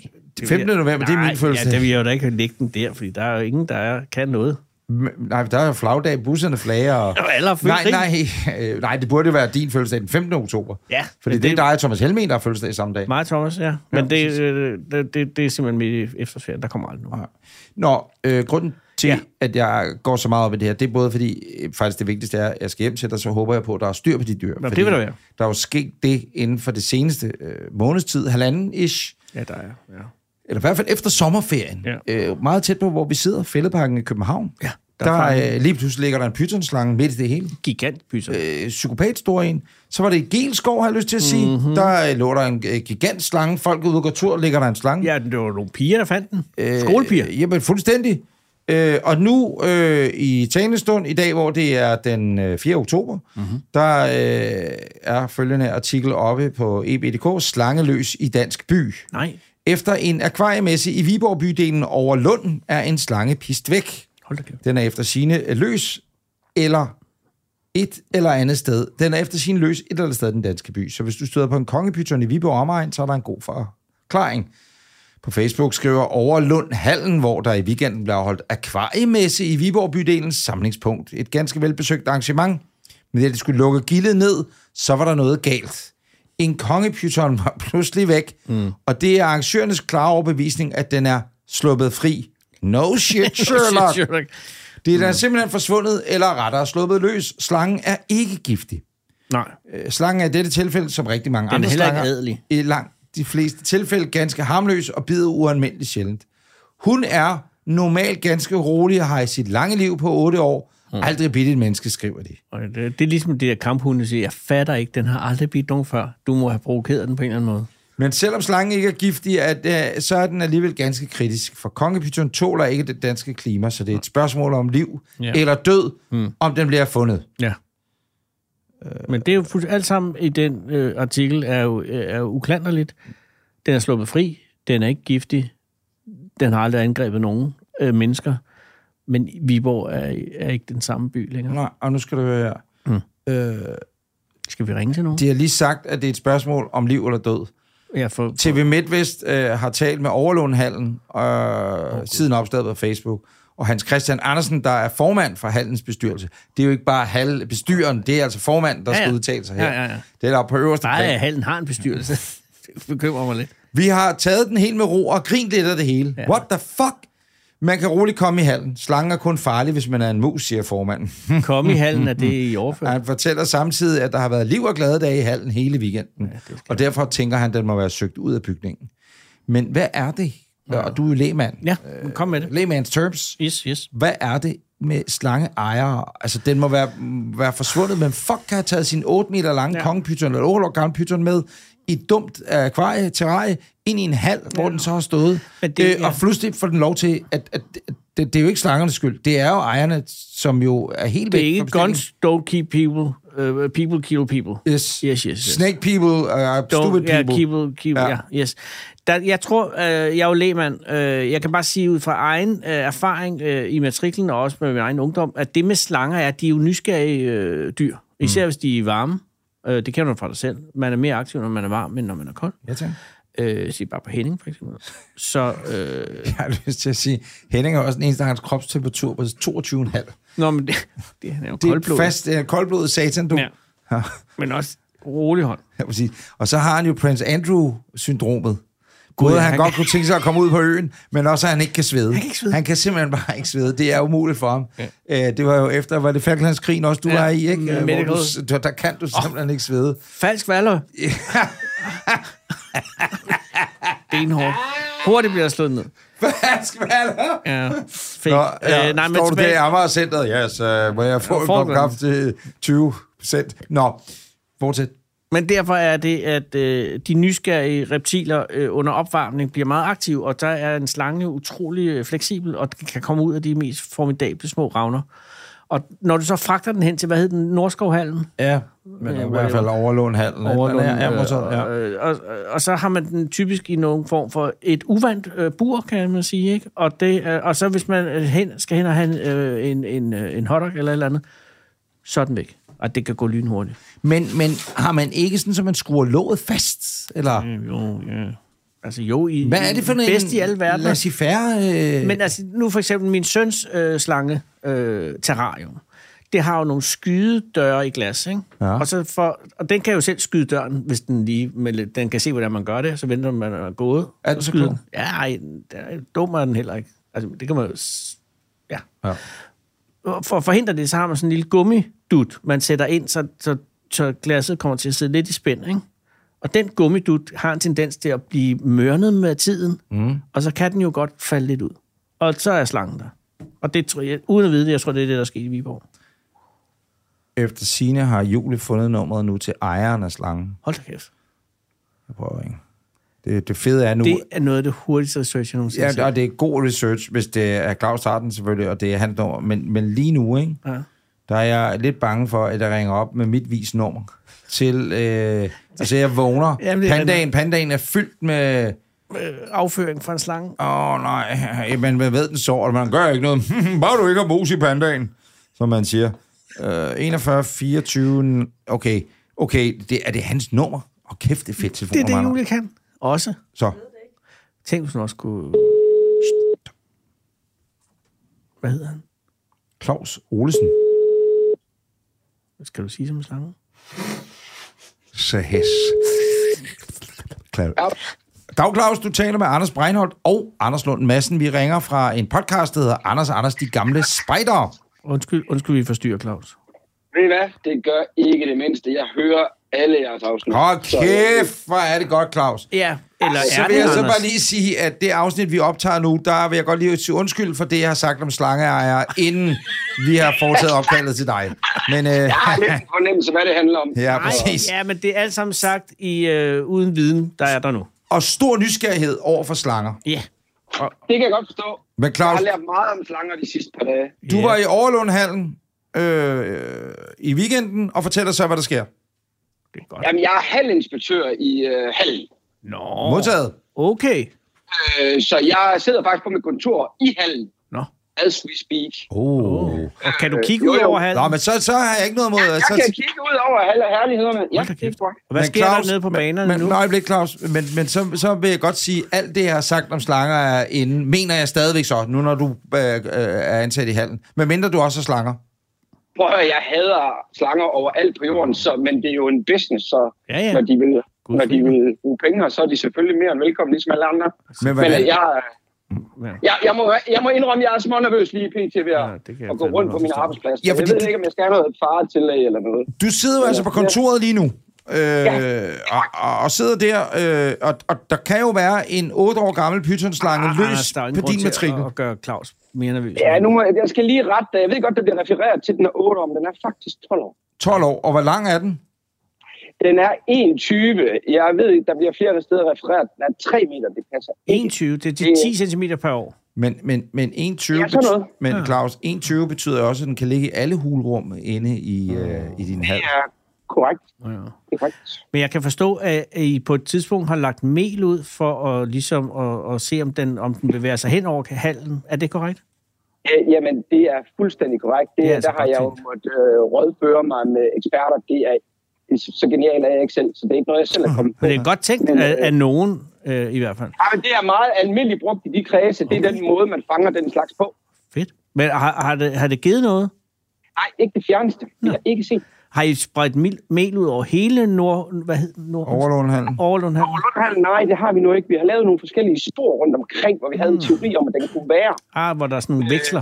D: 15. november, det er min fødselsdag.
B: Ja, der vil jeg jo da ikke lægge den der, fordi der er jo ingen, der er, kan noget.
D: m- nej, der er jo flagdag, busserne flager. Og...
B: Og alle har
D: Nej,
B: fødselsdag.
D: nej, øh, nej, det burde jo være din fødselsdag den 15. oktober.
B: Ja,
D: Fordi
B: men
D: det, det er
B: det-
D: dig og Thomas Helmen, der har fødselsdag samme dag.
B: Mig og Thomas, ja. Men ja, det, øh, det, det, det, er simpelthen midt i efterårsferien. Der kommer aldrig nogen.
D: Nej. Nå, øh, grunden til, ja.
B: Ja.
D: at jeg går så meget op i det her, det er både fordi, øh, faktisk det vigtigste er, at jeg skal hjem til dig, så håber jeg på, at der er styr på de dyr.
B: det
D: fordi
B: vil der være.
D: Der er jo sket det inden for det seneste øh, månedstid, halvanden-ish,
B: Ja, der er. Ja.
D: eller i hvert fald efter sommerferien, ja.
B: Ja.
D: øh, meget tæt på, hvor vi sidder, Fældeparken i København. Ja, der der øh, lige pludselig ligger der en pythonslange midt i det hele.
B: Gigantpyser. Øh,
D: Øh, psykopat stor en. Så var det i Gelskov, har jeg lyst til at sige. Mm-hmm. Der øh, lå der en øh, gigant slange. Folk er ude og går tur, ligger der en slange.
B: ja, det var nogle piger, der fandt den. Øh, Skolepiger.
D: Øh, jamen, fuldstændig. Øh, og nu øh, i talestund, i dag, hvor det er den øh, 4. oktober, mm-hmm. der øh, er følgende artikel oppe på E EBDK, Slangeløs i Dansk By.
B: Nej,
D: Efter en akvariemesse i Viborg bydelen over Lund er en slange pist væk.
B: hold da kæft.
D: Den er efter sine øh, løs eller et eller andet sted. Den er efter sine løs et eller andet sted i den danske by. Så hvis du støder på en kongepyton i Viborg Omegn, så er der en god forklaring. På Facebook skriver Overlund Hallen, hvor der i weekenden blev holdt akvariemesse i Viborg bydelens samlingspunkt. Et ganske velbesøgt arrangement. Men da de skulle lukke gildet ned, så var der noget galt. En kongepyton var pludselig væk, mm. og det er arrangørernes klare overbevisning, at den er sluppet fri. No shit, Sherlock.
B: Sherlock.
D: Det er
B: Mm.
D: da simpelthen forsvundet, eller rettere sluppet løs. Slangen er ikke giftig.
B: Nej,
D: Øh, Slangen er i dette tilfælde, som rigtig mange
B: er
D: andre
B: heller ikke
D: slanger,
B: adelig.
D: i langt de fleste tilfælde ganske harmløs og bider uanmeldeligt sjældent. Hun er normalt ganske rolig og har i sit lange liv på 8 år
B: Mm.
D: aldrig bidt et menneske, skriver de.
B: Og det, det er ligesom det der kamphunde siger, jeg fatter ikke, den har aldrig bidt nogen før. Du må have provokeret den på en eller anden måde.
D: Men selvom slangen ikke er giftig, er, øh, så er den alligevel ganske kritisk, for kongepyton tåler ikke det danske klima, så det er et spørgsmål om liv
B: Ja. Mm.
D: eller død, om den bliver fundet.
B: Ja. Men det er jo fuldstændig alt sammen i den øh, artikel er jo, øh, er jo uklanderligt. Den er sluppet fri, den er ikke giftig, den har aldrig angrebet nogen øh, mennesker, men Viborg er, er ikke den samme by længere.
D: Nå, og nu skal du høre her.
B: Skal vi ringe til nogen?
D: De har lige sagt, at det er et spørgsmål om liv eller død.
B: Ja, for,
D: TV MidtVest øh, har talt med Overlundhallen øh, okay. siden opslaget på Facebook. Og Hans Christian Andersen, der er formand for Hallens bestyrelse. Det er jo ikke bare hal bestyren, det er altså formanden, der ja,
B: Ja,
D: ja. skal
B: ja.
D: udtale sig her.
B: Ja, ja, ja.
D: Det er der på øverste
B: nej,
D: plan.
B: halen har en bestyrelse. det bekymrer mig lidt.
D: Vi har taget den helt med ro og grint lidt af det hele. Ja.
B: Ja.
D: What the fuck? Man kan roligt komme i hallen. Slangen er kun farlig, hvis man er en mus, siger formanden.
B: Kom i halen, er det i overført?
D: Han fortæller samtidig, at der har været liv og glade dage i hallen hele weekenden. Ja, og derfor tænker han, at den må være søgt ud af bygningen. Men hvad er det? Og du er jo lægmand.
B: Ja, men kom med det.
D: Lægmands terms.
B: Yes, yes.
D: Hvad er det med slangeejere? Altså, den må være, m- være forsvundet, men fuck kan have taget sin 8 meter lange ja.
B: Ja.
D: kongepyton eller 8 år gamle pyton med i et dumt øh, akvarie, terrarie, ind i en hal, hvor den så har stået.
B: Men det-
D: øh,
B: ja.
D: Og pludselig får den lov til, at, at, at Det, det er jo ikke slangernes skyld. Det er jo ejerne, som jo er helt
B: Det
D: væk
B: er ikke
D: fra bestillingen.
B: guns don't keep people. Uh, people kill people.
D: Yes.
B: Yes, yes, yes.
D: Snake people, uh, stupid
B: ja,
D: people.
B: Keep, keep,
D: Ja.
B: ja. ja yes. Der, jeg tror, øh, jeg er jo lægmand. Øh, jeg kan bare sige ud fra egen øh, erfaring øh, i matriklen og også med min egen ungdom, at det med slanger er, at de er jo nysgerrige øh, dyr. Især mm. hvis de er varme. Øh, det kender du fra dig selv. Man er mere aktiv, når man er varm, end når man er kold.
D: Ja, tak.
B: Øh, sig bare på Henning, for eksempel. Så, øh,
D: Jeg har lyst til at sige, Henning er også den eneste, der har hans kropstemperatur på 22,5.
B: nå, men det, det han er
D: Det er
B: jo
D: et
B: koldblod.
D: fast uh, koldblodet satan, du.
B: Ja. Men også rolig hånd.
D: Ja, præcis. Og så har han jo Prince Andrew-syndromet. Både at han,
B: han
D: godt kunne tænke sig at komme ud på øen, men også at han ikke kan svede. Han
B: kan ikke svede.
D: Han kan simpelthen bare ikke svede. Det er umuligt for ham. Ja. Øh, det var jo efter, var det Falklandskrigen også, du ja.
B: Ja,
D: var i, ikke?
B: med
D: Hvor
B: det
D: du,
B: røde.
D: s- der, der kan du simpelthen oh. ikke svede.
B: Falsk valør. Benhård. Hurtigt bliver jeg slået ned.
D: Hvad skal man have?
B: Ja, fake.
D: Nå, ja,
B: ja, øh, nej, men
D: står du der i
B: tilbage,
D: Amager-centret? Ja, så må jeg få
B: Ja,
D: en kop
B: forgrunden.
D: kaffe til 20 cent. Nå, fortsæt.
B: men derfor er det, at øh, de nysgerrige reptiler øh, under opvarmning bliver meget aktive, og der er en slange jo utrolig øh, fleksibel, og den kan komme ud af de mest formidable små ravner. Og når du så fragter den hen til, hvad hed den, Nordskovhallen?
D: Ja, men
B: Ja,
D: i hvert fald overlån halden.
B: Overlund,
D: ja, ja,
B: øh,
D: må så- ja.
B: øh, og, og, og så har man den typisk i nogen form for et uvandt øh, bur, kan man sige. Ikke? Og, det, øh, og så hvis man øh, hen, skal hen og have en, øh, en, en, øh, en hotdog eller et eller andet, så er den væk. Og det kan gå lynhurtigt.
D: Men, men har man ikke sådan, at man skruer låget fast? Eller
B: Øh, Jo, ja. Altså jo, i,
D: hvad er det for en...
B: bedst i alle verdener.
D: Laissez-faire... Øh...
B: Men altså, nu for eksempel min søns øh, slange øh, terrarium. Det har jo nogle skydedøre i glas, ikke?
D: Ja.
B: Og, så for, og den kan jo selv skyde døren, hvis den lige... Men den kan se, hvordan man gør det, og så venter man, at man er gået.
D: Er den så
B: skyder
D: klog?
B: Ja, ej, den er- dum er den heller ikke. Altså, det kan man jo... s- Ja.
D: Ja.
B: Og For at forhindre det, så har man sådan en lille gummidut, man sætter ind, så, så, så glasset kommer til at sidde lidt i spænd, ikke? Og den gummidut har en tendens til at blive mørnet med tiden, mm. og så kan den jo godt falde lidt ud. Og så er slangen der. Og det tror jeg, uden at vide det, jeg tror, det er det, der skete i Viborg.
D: Efter sine har Julie fundet nummeret nu til ejeren af slangen.
B: Hold da kæft.
D: Jeg prøver ikke. Det, det fede er nu...
B: Det er noget af det hurtigste research, jeg nogensinde har
D: Ja,
B: set.
D: og det er god research, hvis det er Claus Harten selvfølgelig, og det er hans nummer. Men, men lige nu, ikke?
B: Ja.
D: der er jeg lidt bange for, at jeg ringer op med mit visnummer til... Øh, altså, jeg vågner.
B: Jamen, det er
D: pandaen, pandaen er fyldt med...
B: Øh, Afføring fra en slange.
D: Åh oh, nej, jamen man ved, den sover, man gør ikke noget. Bare du ikke har mus i pandaen, som man siger. Øh, 41, 24, okay. Okay, det, er det hans nummer? Og kæft, det er fedt telefon.
B: Det er det, Julie kan. Også.
D: Så,
B: Tænk, hvis hun også kunne... Hvad hedder han?
D: Claus Olesen.
B: Hvad skal du sige som en slange?
C: Så hæs.
D: Claus. Dag Claus, du taler med Anders Breinholt og Anders Lund Madsen. Vi ringer fra en podcast, der hedder Anders og Anders, de gamle spejdere.
B: Undskyld, undskyld vi forstyrrer, Claus.
G: Ved I hvad? Det gør ikke det mindste. Jeg hører alle jeres afsnit.
D: Hold
G: Så, øh,
D: kæft, hvor er det godt, Claus.
B: Ja, eller
D: Så
B: er
D: vil
B: det,
D: jeg så
B: Anders?
D: bare lige sige, at det afsnit, vi optager nu, der vil jeg godt lige sige undskyld for det, jeg har sagt om slangeejere, inden vi har foretaget opkaldet til dig. Men øh,
G: Jeg har lidt en fornemmelse, hvad det handler om.
D: ja,
B: Nej,
D: præcis.
B: ja, men det er alt sammen sagt i øh, uden viden, der er der nu.
D: Og stor nysgerrighed over for slanger.
B: Ja.
G: Det kan jeg godt forstå.
D: Men
G: Jeg
D: Claus,
G: har lært meget om slanger de sidste par dage.
D: du
B: Ja.
D: var i Overlundhallen øh, i weekenden, og fortæller så, hvad der sker.
B: Det er godt.
G: Jamen, jeg er halvinspektør i øh, hallen.
B: Nå.
D: Modtaget.
B: Okay.
G: Øh, så jeg sidder faktisk på mit kontor i hallen,
B: Nå.
G: as we speak.
D: Oh.
B: Og kan du kigge
G: jo,
B: ud
G: jo.
B: over halen?
D: Nå, men så, så har jeg ikke noget mod...
G: Altså- Jeg kan kigge ud over halv og herlighederne. Jeg
B: Hold da
G: kan
B: kæft.
G: kigge på-
B: Og hvad
D: Men
B: sker
D: Claus,
B: der nede på banerne
D: men,
B: nu?
D: Men, øjeblik, Claus, men, men så, så vil jeg godt sige, alt det, jeg har sagt om slanger er inde, mener jeg stadigvæk så, nu når du øh, øh, er ansat i hallen. Men mindre du også har slanger.
G: Prøv at høre, jeg hader slanger overalt på jorden, så, men det er jo en business, så
B: Ja, ja.
G: når de vil,
B: Gud
G: når de
B: fri.
G: vil bruge penge, så er de selvfølgelig mere end velkommen, ligesom alle andre.
D: Men,
G: Men
D: hvordan,
G: øh, jeg,
B: Ja.
G: jeg, jeg, må, jeg må indrømme, at jeg er små nervøs lige pt. ved at,
B: Ja, det kan jeg
G: at gå
B: fandme
G: rundt på
B: godt
G: min
B: forstå.
G: arbejdsplads.
D: Ja,
G: Ja,
D: fordi
G: jeg ved
D: du-
G: ikke, om jeg skal have noget fare til eller noget.
D: du sidder jo altså på kontoret lige nu, øh, og, og, og sidder der, øh, og, og der kan jo være en 8 år gammel pythonslange
B: Ah,
D: løs
B: der er ingen
D: på
B: grund
D: din
B: til
D: matrikel.
B: At, at gøre Claus mere nervøs.
G: Ja, nu må, jeg- jeg skal lige rette dig. Jeg ved godt, der bliver refereret til, den er 8 år, men den er faktisk 12 år.
D: 12 år, og hvor lang er den?
G: Den er 21. Jeg ved ikke, der bliver flere steder refereret. Den er 3 meter, det passer ikke.
B: 21, det er de 10 cm per år.
D: Men, men, men 1,20
G: Ja, sådan noget.
D: betyder, men Claus, 1,20 betyder også, at den kan ligge i alle hulrum inde i, øh, i din hals.
G: Ja, korrekt.
B: Ja.
G: korrekt.
B: Men jeg kan forstå, at at I på et tidspunkt har lagt mel ud for at, ligesom at, at se, om den, om den bevæger sig hen over halen. Er det korrekt?
G: Øh, Jamen, det er fuldstændig korrekt.
B: Det
G: Det,
B: er
G: det
B: altså
G: der har
B: godt
G: jeg jo
B: tænkt.
G: måttet øh, rådføre mig med eksperter. Det er, det er så genialt er jeg ikke selv, så det er ikke noget, jeg selv er kommet på.
B: Men det er godt tænkt
G: Men,
B: af,
G: øh,
B: af nogen, øh, i hvert fald.
G: Ej, men det er meget almindeligt brugt i de kredse. Det er den måde, man fanger den slags på.
B: Fedt. Men har, har, det, har det givet noget?
G: Nej, ikke det fjerneste. Det har jeg ikke set.
B: Har I spredt mel, mel ud over hele Nord... Hvad hed Nord...
D: Overlånhallen.
B: Overlund her?
G: Og Lundhallen, nej, det har vi nu ikke. Vi har lavet nogle forskellige spor rundt omkring, hvor vi havde en
B: Mm.
G: teori om, at den kunne være.
B: Ah, hvor der er sådan nogle veksler.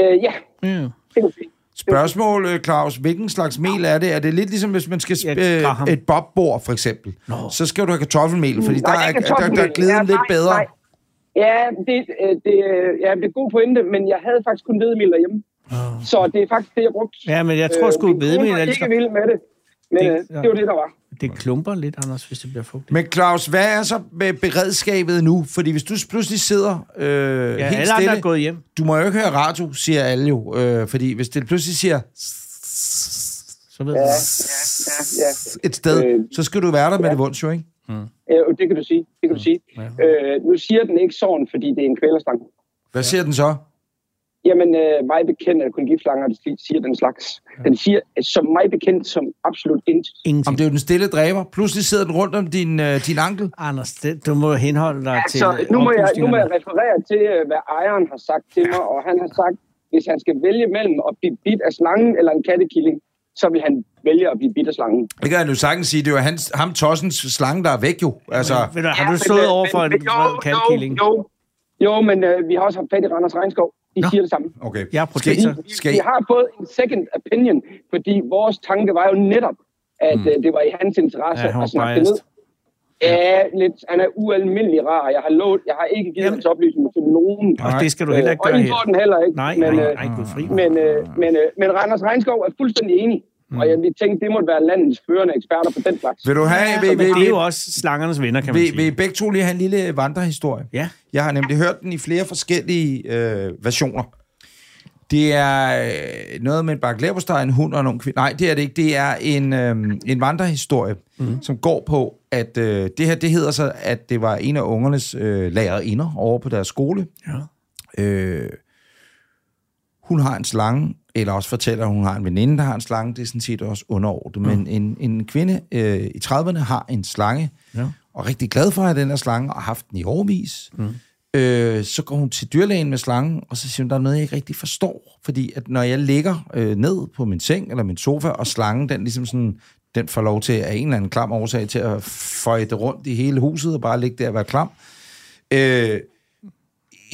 G: Øh, ja,
B: Ja.
G: det kunne vi.
D: Spørgsmål, øh, Claus. Hvilken slags mel er det? Er det lidt ligesom, hvis man skal
B: Ja,
D: sp-
B: Graham.
D: øh, et bobbord, for eksempel? Nå. Så skal du have kartoffelmel, fordi der,
G: det
D: er,
G: kan
D: der, der,
G: toppen
D: der
G: vel.
D: glider
G: Ja,
D: ja, lidt
G: nej,
D: bedre.
G: nej. Ja, det, øh, det, øh, ja, det er god pointe, men jeg havde faktisk kun hvedemel derhjemme. Så det er faktisk det, jeg brugte.
B: Ah. ja, men jeg tror sgu,
G: min
B: øh, bedre
G: kone var
B: med
G: ikke vild med det, men
B: Det-
G: det, det var det, der var.
B: Det klumper lidt, Anders, hvis det bliver fugtigt.
D: Men Claus, hvad er så med beredskabet nu? Fordi hvis du pludselig sidder øh,
B: Ja,
D: ja, helt
B: alle andre
D: stille...
B: er gået hjem.
D: Du må jo ikke høre radio, siger alle jo. Øh, fordi hvis det pludselig siger
B: Så ved
G: Ja,
B: ja.
G: ja, ja, ja.
D: et sted,
G: Øh,
D: så skal du være der med det vunds, jo, ikke?
G: Øh, det kan du sige. Det kan du sige. Øh, nu siger den ikke sådan, fordi det er en kvælerstang.
D: Hvad siger den så?
G: Jamen, øh, mig bekendt er det kun giftslanger, der si- siger den slags. Den siger, øh, som mig bekendt, som absolut intet.
D: Om
B: Ingenting.
D: det er jo den stille dræber. Pludselig sidder den rundt om din, øh, din ankel.
B: Anders, det, du må henholde dig til...
G: Altså, nu må, jeg, nu må jeg referere til, øh, hvad ejeren har sagt til mig, og han har sagt, hvis han skal vælge mellem at blive bidt af slangen eller en kattekilling, så vil han vælge at blive bidt af slangen.
D: Det kan han jo sagtens sige. Det er jo hans, ham tossens slange, der er væk jo. Altså,
B: Ved du, har du
G: men,
B: stået
G: øh,
B: over for en
G: men- men jo,
B: vred kalkilling?
G: Jo, jo, jo, men øh, vi har også haft fat i Randers Regnskov. De siger det samme.
D: okay.
B: Jeg er protektor.
D: Skal, I-
G: Vi,
D: skal,
G: vi
D: I-
G: har fået en second opinion, fordi vores tanke var jo netop, at mm. øh, det var i hans interesse
B: Hmm. Ja, han var
G: at snakke det ned.
B: biased.
G: Ja, lidt. Han er ualmindelig rar. Jeg har, lovet, jeg har ikke givet
B: Jamen.
G: hans oplysninger til nogen.
B: Og det skal du heller ikke
G: Øh,
B: gøre
G: og I
B: her.
G: får den heller ikke.
B: Nej,
G: men,
B: nej,
G: øh,
B: nej, Gud fri. mig.
G: Men, øh, men, øh, men Randers Regnskov er fuldstændig enig.
B: Hmm.
G: Og jeg ville tænke, det måtte være landets førende eksperter på den slags.
D: vil du have... Vil,
B: Altså, Men
D: vil,
B: det er
D: vil,
B: jo også slangernes venner, kan man
D: vil, vil I
B: sige.
D: begge to lige have en lille vandrehistorie?
B: Ja.
D: Jeg har nemlig hørt den i flere forskellige øh, versioner. Det er øh, noget med en bakke leverpostej, en hund og nogle kvinder. Nej, det er det ikke. Det er en, øh, en vandrehistorie, mm. som går på, at øh, det her det hedder så, at det var en af ungernes øh, lærerinder over på deres skole. Ja. Øh, hun har en slange, eller også fortæller, at hun har en veninde, der har en slange. Det er sådan set også underordnet. Men en, en kvinde øh, i 30'erne har en slange, ja. og er rigtig glad for at have den her slange, og har haft den i årvis. Mm. Øh, så går hun til dyrlægen med slangen, og så siger hun, der er noget, jeg ikke rigtig forstår. Fordi at når jeg ligger øh, ned på min seng eller min sofa, og slangen, den ligesom sådan, den får lov til af en eller anden klam årsag til at føjte rundt i hele huset og bare ligge der og være klam. Øh,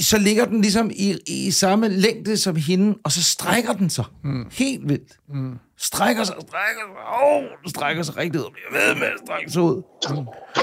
D: så ligger den ligesom i, i samme længde som hende, og så strækker den sig. Mm. Helt vildt. Mm. Strækker sig, strækker sig. Åh, den strækker sig rigtig ud. og Bliver ved med at strække sig ud.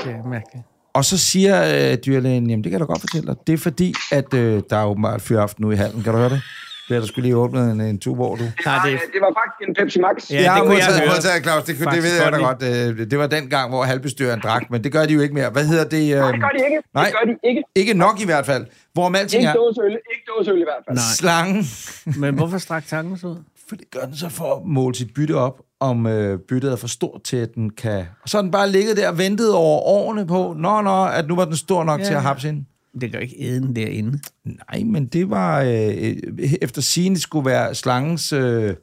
B: Det er mærkeligt.
D: Og så siger øh, dyrlægen, jamen det kan jeg da godt fortælle dig. Det er fordi, at øh, der er åbenbart fyraften ude i hallen. Kan du høre det? Det er der skulle lige åbnet en, en tub over, du.
B: Nej, det,
G: Det var faktisk en Pepsi Max.
B: Ja, det
D: har
B: kunne jeg
D: modtaget-
B: høre.
D: modtaget, Claus. Det, kunne- det
B: Faktisk
D: ved jeg da
B: godt
D: godt. Øh, Det var den gang, hvor halvbestyreren drak, men det gør de jo ikke mere. Hvad hedder det? øh?
G: Nej, det gør de ikke.
B: Øhm,
D: Nej.
G: Det gør de ikke.
D: Ikke nok i hvert fald. Hvor med alting
G: Ikke
D: er,
G: dåseøl, ikke dåseøl i hvert fald.
B: Nej.
D: slangen
B: men hvorfor strak tanken så ud?
D: for det gør den så for at måle sit bytte op, om øh, byttet er for stort til, at den kan... Og så har den bare ligget der og ventet over årene på, nå, nå, at nu var den stor nok ja. til at hapse hende.
B: Det gør ikke æden derinde.
D: Nej, men det var øh, efter sigende skulle være slangens øh,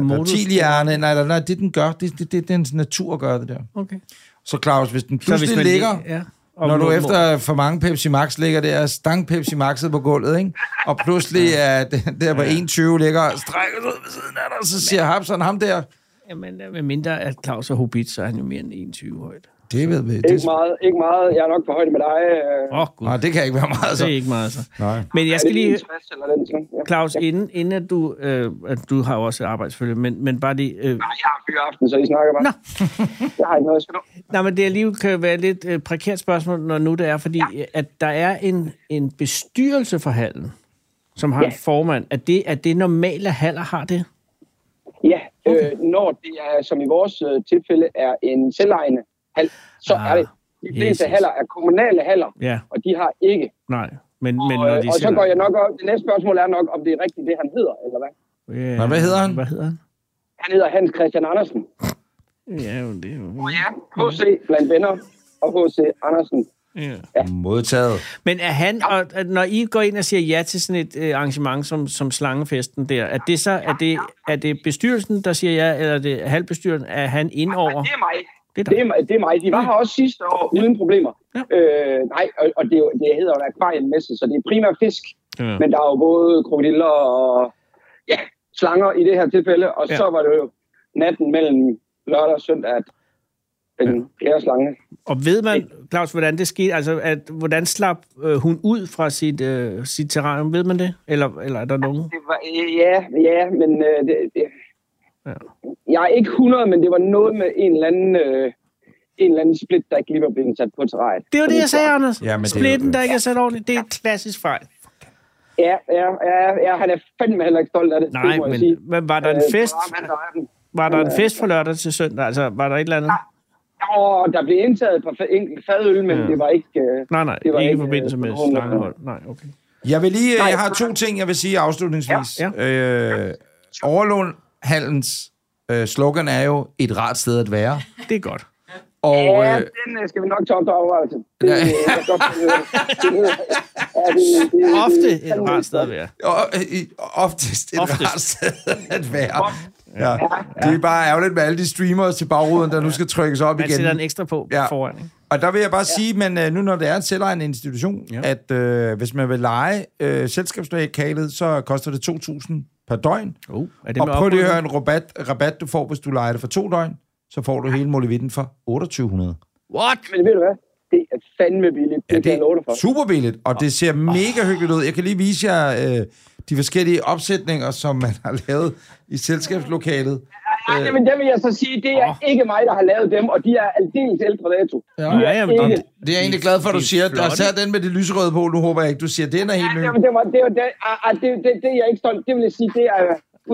D: reptilhjerne. Nej, nej, nej, det den gør, det, det, det er dens natur at gøre det der.
B: Okay.
D: Så Claus, hvis den pludselig
B: man
D: ligger...
B: lige- Ja. Og
D: Når du
B: må-
D: efter for mange Pepsi Max ligger der, stank Pepsi Max'et på gulvet, ikke? Og pludselig er den der, hvor 21 ligger, og strækker sig ud ved siden af dig, og så siger Hapsen ham der,
B: Jamen, øh, med mindre at Claus er hobbit, så er han jo mere end 21 højt.
D: Det ved vi. Det,
G: Ikke meget, ikke meget. Jeg er nok på højde med dig. Øh,
B: Åh, oh, gud.
D: nej, det kan ikke være meget.
B: Det
D: Så.
B: er ikke meget, så.
D: Nej.
B: Men jeg
G: er det
B: skal lige...
G: 61 eller den sådan? Ja.
B: Claus, inden, inden at du... Øh, at du har jo også arbejdsfølge, men, men bare lige... Øh,
G: Nej, jeg har fyraften, så I snakker bare.
B: Nå.
G: jeg har ikke noget at skrive.
B: Nej, men det alligevel kan være et lidt øh, prekært spørgsmål, når nu det er, fordi ja. at der er en, en bestyrelse for hallen, som har ja. en formand. Er det, er det normalt, at haller har det?
G: Ja, okay. øh, når det er, som i vores øh, tilfælde, er en selvejende hal, så
B: Ah,
G: ah, er det. De fleste
B: yes, yes.
G: haller er kommunale haller,
B: Ja,
G: og de har ikke
B: nej. Men, men
G: Og, øh,
B: når de
G: og så
B: selv-
G: går jeg nok op, det næste spørgsmål er nok, om det er rigtigt det, han hedder, eller hvad?
B: Ja,
D: Nå, hvad hedder han?
B: Hvad hedder han?
G: Han hedder Hans Christian Andersen.
B: Ja, jo, det er jo...
G: Og ja, H.C. blandt venner og H.C. Andersen.
B: Ja.
D: Modtaget.
B: Men er han, og, at når I går ind og siger ja til sådan et øh, arrangement som, som slangefesten der, er det så, er det, er det bestyrelsen, der siger ja, eller er det halvbestyrelsen, er han ind over?
G: Det er mig.
B: Det er dig.
G: Det er, mig- det er mig. De var her også sidste år, uden problemer.
B: Ja.
G: Øh, nej, og, og det, er jo- det hedder jo en akvariemmesse, så det er primært fisk.
B: Ja.
G: Men der er jo både krokodiller og ja, slanger i det her tilfælde. Og
B: Ja.
G: ja. så var det jo natten mellem lørdag og søndag, at den fjerde slange.
B: Og ved man, Claus, hvordan det skete? Altså, at, hvordan slap øh, hun ud fra sit, øh, sit terrarium? Ved man det? Eller, eller er der nogen?
G: Det var, ja, ja, men øh, det, det,
B: Ja.
G: jeg er ikke 100, men det var noget med en eller anden, øh, en eller anden split, der ikke lige var blevet sat på terræet.
B: Det er jo det, jeg sagde, Anders.
D: Ja, men det er jo-
B: Splitten, der ikke er sat ordentligt, det er et klassisk fejl.
G: Ja, ja, ja, ja, han er fandme heller ikke stolt af det.
B: Nej,
G: det må jeg sige.
B: men, men var der en
G: Øh,
B: fest?
G: Varm, han ejer den.
B: Var der en fest fra lørdag til søndag? Altså, var der et eller andet?
G: Og der blev indtaget et par fa- enkelte fadøl, men
B: Ja.
G: ja. det var ikke... Øh,
B: Nej, nej,
G: det var
B: ikke i
G: ikke, øh,
B: forbindelse med
G: nogen-
B: slangehold. Nej, okay.
D: Jeg vil lige, øh,
G: Nej.
D: jeg har to ting, jeg vil sige afslutningsvis.
B: Ja,
D: Øh, Overlundhallens øh, slogan er jo, et rart sted at være.
B: Det er godt.
D: Og
G: ja,
D: øh,
G: den øh, skal vi nok tage op til overvejelse. Det, øh, jeg kan godt finde ud af. Det ved jeg. Ja, det- det- det-
B: Ofte
G: det-
B: et rart sted at være.
D: Og, øh, i- oftest et
B: Oftest.
D: oftest. rart sted at være. Ja. Det er bare ærgerligt med alle de streamers til bagruden, der nu skal trykkes op
B: Man sætter
D: igen.
B: en ekstra på ja.
D: Ja.
B: foran. Ikke?
D: Og der vil jeg bare sige, men øh, nu når det er en selvejende institution,
B: Ja.
D: ja. at øh, hvis man vil lege øh, selskabslokalet, så koster det 2.000 per døgn.
B: Oh, er det
D: Uh. Og
B: med
D: prøv lige at høre
B: oprydning?
D: en rabat, rabat, du får, hvis du leger det for to døgn, så får du hele molevitten for 2800.
B: What?
G: Men ved du hvad? Det er fandme billigt. Det, ja, det kan jeg love dig for.
D: super billigt, og det ser mega hyggeligt ud. Jeg kan lige vise jer øh, de forskellige opsætninger, som man har lavet i selskabslokalet.
G: Nej, men Øh. det vil jeg så sige, det er ikke mig, der har lavet dem, og de er aldeles ældre dato. Ja,
B: ja, ja, men
G: ikke,
B: det-
D: Det er jeg egentlig glad for, at du
B: Det er
D: siger.
B: flotte.
D: Og sær den med det lyserøde på, nu håber jeg ikke, du siger, den er helt ny.
G: ja, men det, var, det, var, det, ah, ah, det, det, det, er jeg ikke stolt. Det vil jeg sige, det er,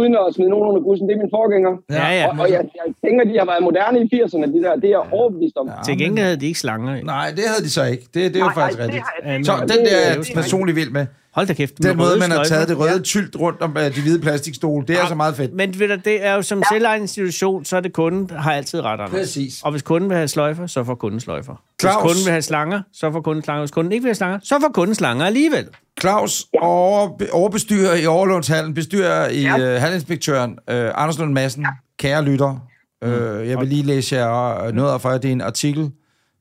G: uden at smide nogen under bussen, det er min forgænger.
B: Ja, ja.
G: og, og jeg, jeg, tænker, de har været moderne i 80'erne, de der. Det er jeg overbevist om.
B: Til gengæld havde de ikke slanger. i.
D: Nej, det havde de så ikke. Det, det er jo faktisk
G: nej, det
D: rigtigt.
G: har jeg
B: ikke.
D: Så
B: Nej,
D: den der
G: det
D: er
G: er
D: jeg
G: jo-
D: personligt vild med.
B: Hold da kæft. med
D: Den måde,
B: røde Ah,
D: man har
B: sløjfer.
D: taget det røde tylt rundt om øh, de hvide plastikstole, det er så meget fedt.
B: Men ved du, det er jo som selvejende institution, så er det kunden, der har altid ret Anders.
D: Præcis.
B: Og hvis kunden vil have sløjfer, så får kunden sløjfer. Hvis
D: Claus.
B: kunden vil have slanger, så får kunden slanger. Hvis kunden ikke vil have slanger, så får kunden slanger alligevel.
D: Claus, over, overbestyrer i Overlundshallen, bestyrer i ja. uh, halvinspektøren uh, Anders Lund Madsen, ja. kære lytter. Uh, jeg vil lige læse jer øh, noget op fra din artikel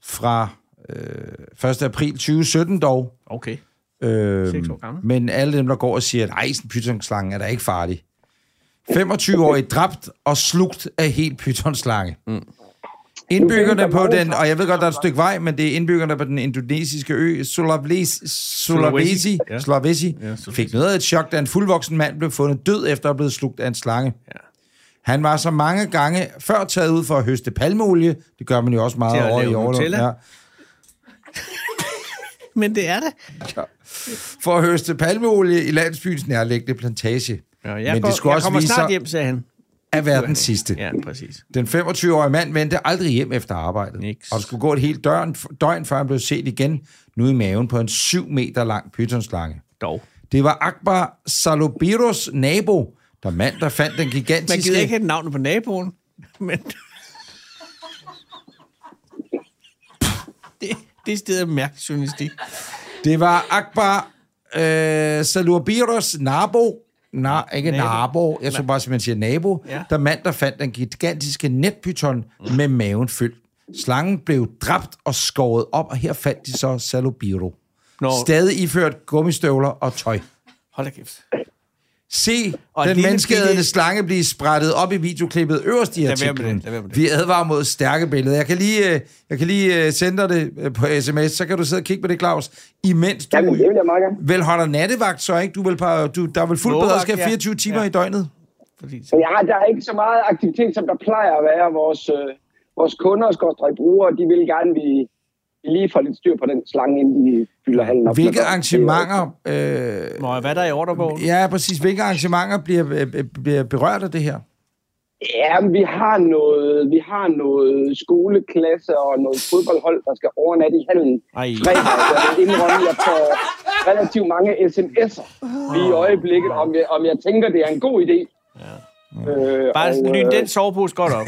D: fra uh, 1. april 2017 dog.
B: Okay. Seks år
D: Øhm,
B: gammel.
D: men alle dem, der går og siger, at "Ej, sådan en pythonslange er da ikke farlig. 25-årig dræbt og slugt af helt pythonslange. Mm. Indbyggerne på den, og jeg ved godt, der er et stykke vej, men det er indbyggerne på den indonesiske ø Sulawesi, Sulawesi,
B: Ja.
D: Sulawesi
B: Ja, Sulawesi.
D: fik noget af et chok, da en fuldvoksen mand blev fundet død efter at have blevet slugt af en slange. Han var så mange gange før taget ud for at høste palmeolie. Det gør man jo også
B: Til at
D: meget over i
B: lave
D: Overlund.
B: Nutella.
D: Ja.
B: Men det er det.
D: for at høste palmeolie i landsbyens nærliggende plantage.
B: Ja,
D: Men det skulle
B: jeg
D: også
B: kommer
D: vise
B: snart
D: sig
B: hjem, sagde han.
D: at være den sidste.
B: Ja, præcis.
D: Den 25-årige mand vendte aldrig hjem efter arbejdet.
B: Niks.
D: Og skulle gå et helt døgn, døgn, før han blev set igen, nu i maven på en 7 meter lang pythonslange.
B: Dog.
D: Det var Akbar Salobiros nabo, der mand, der fandt den
B: Man gider ikke
D: gigantiske...
B: have navnet på naboen, men... det, det er stedet mærkelig journalistik.
D: Det var Akbar øh, Salobiros nabo, Na, ikke
B: Nabo.
D: nabo. nabo, jeg tror bare, at man siger nabo,
B: Ja.
D: ja. der mand, der fandt den gigantiske netpyton mm. med maven fyldt. Slangen blev dræbt og skåret op, og her fandt de så Salobiro.
B: Nå,
D: Stadig iført gummistøvler og tøj.
B: hold da kæft.
D: Se
B: Og
D: og
B: en
D: den
B: lille bitte-
D: menneskeædende slange blive sprættet op i videoklippet øverst i
B: med det,
D: artiklen.
B: lad være med det.
D: Vi advarer mod stærke billeder. Jeg kan lige, øh, jeg kan lige øh, sende dig det øh, på sms, så kan du sidde og kigge på det, Claus, imens du
G: Jamen, det vil jeg meget gerne.
D: vel holder nattevagt, så ikke? Du, vil par, du der er vel fuld
B: Vågevagt,
D: beredskab
B: ja.
D: 24 timer
B: Ja.
D: i døgnet?
B: Fordi,
G: Men jeg har, der er ikke så meget aktivitet, som der plejer at være. Vores, øh, vores kunder og brugere, de vil gerne, vi vi lige får lidt styr på den slange, inden de fylder halen op.
D: Hvilke
G: Det er-
D: arrangementer... Øh,
B: Nå, hvad er der i ordrebogen?
D: øh, ja, præcis. Hvilke arrangementer bliver, øh, bliver berørt af det her?
G: Ja, men vi har noget, vi har noget skoleklasse og noget fodboldhold, der skal overnatte i hallen.
B: Ej.
G: Fredag, så jeg vil indrømme, jeg får relativt mange sms'er lige i øjeblikket, om jeg, om jeg tænker, det er en god idé. Ja. Øh,
B: Mm. Bare
G: og,
B: lyn
G: øh,
B: den sovepose godt op.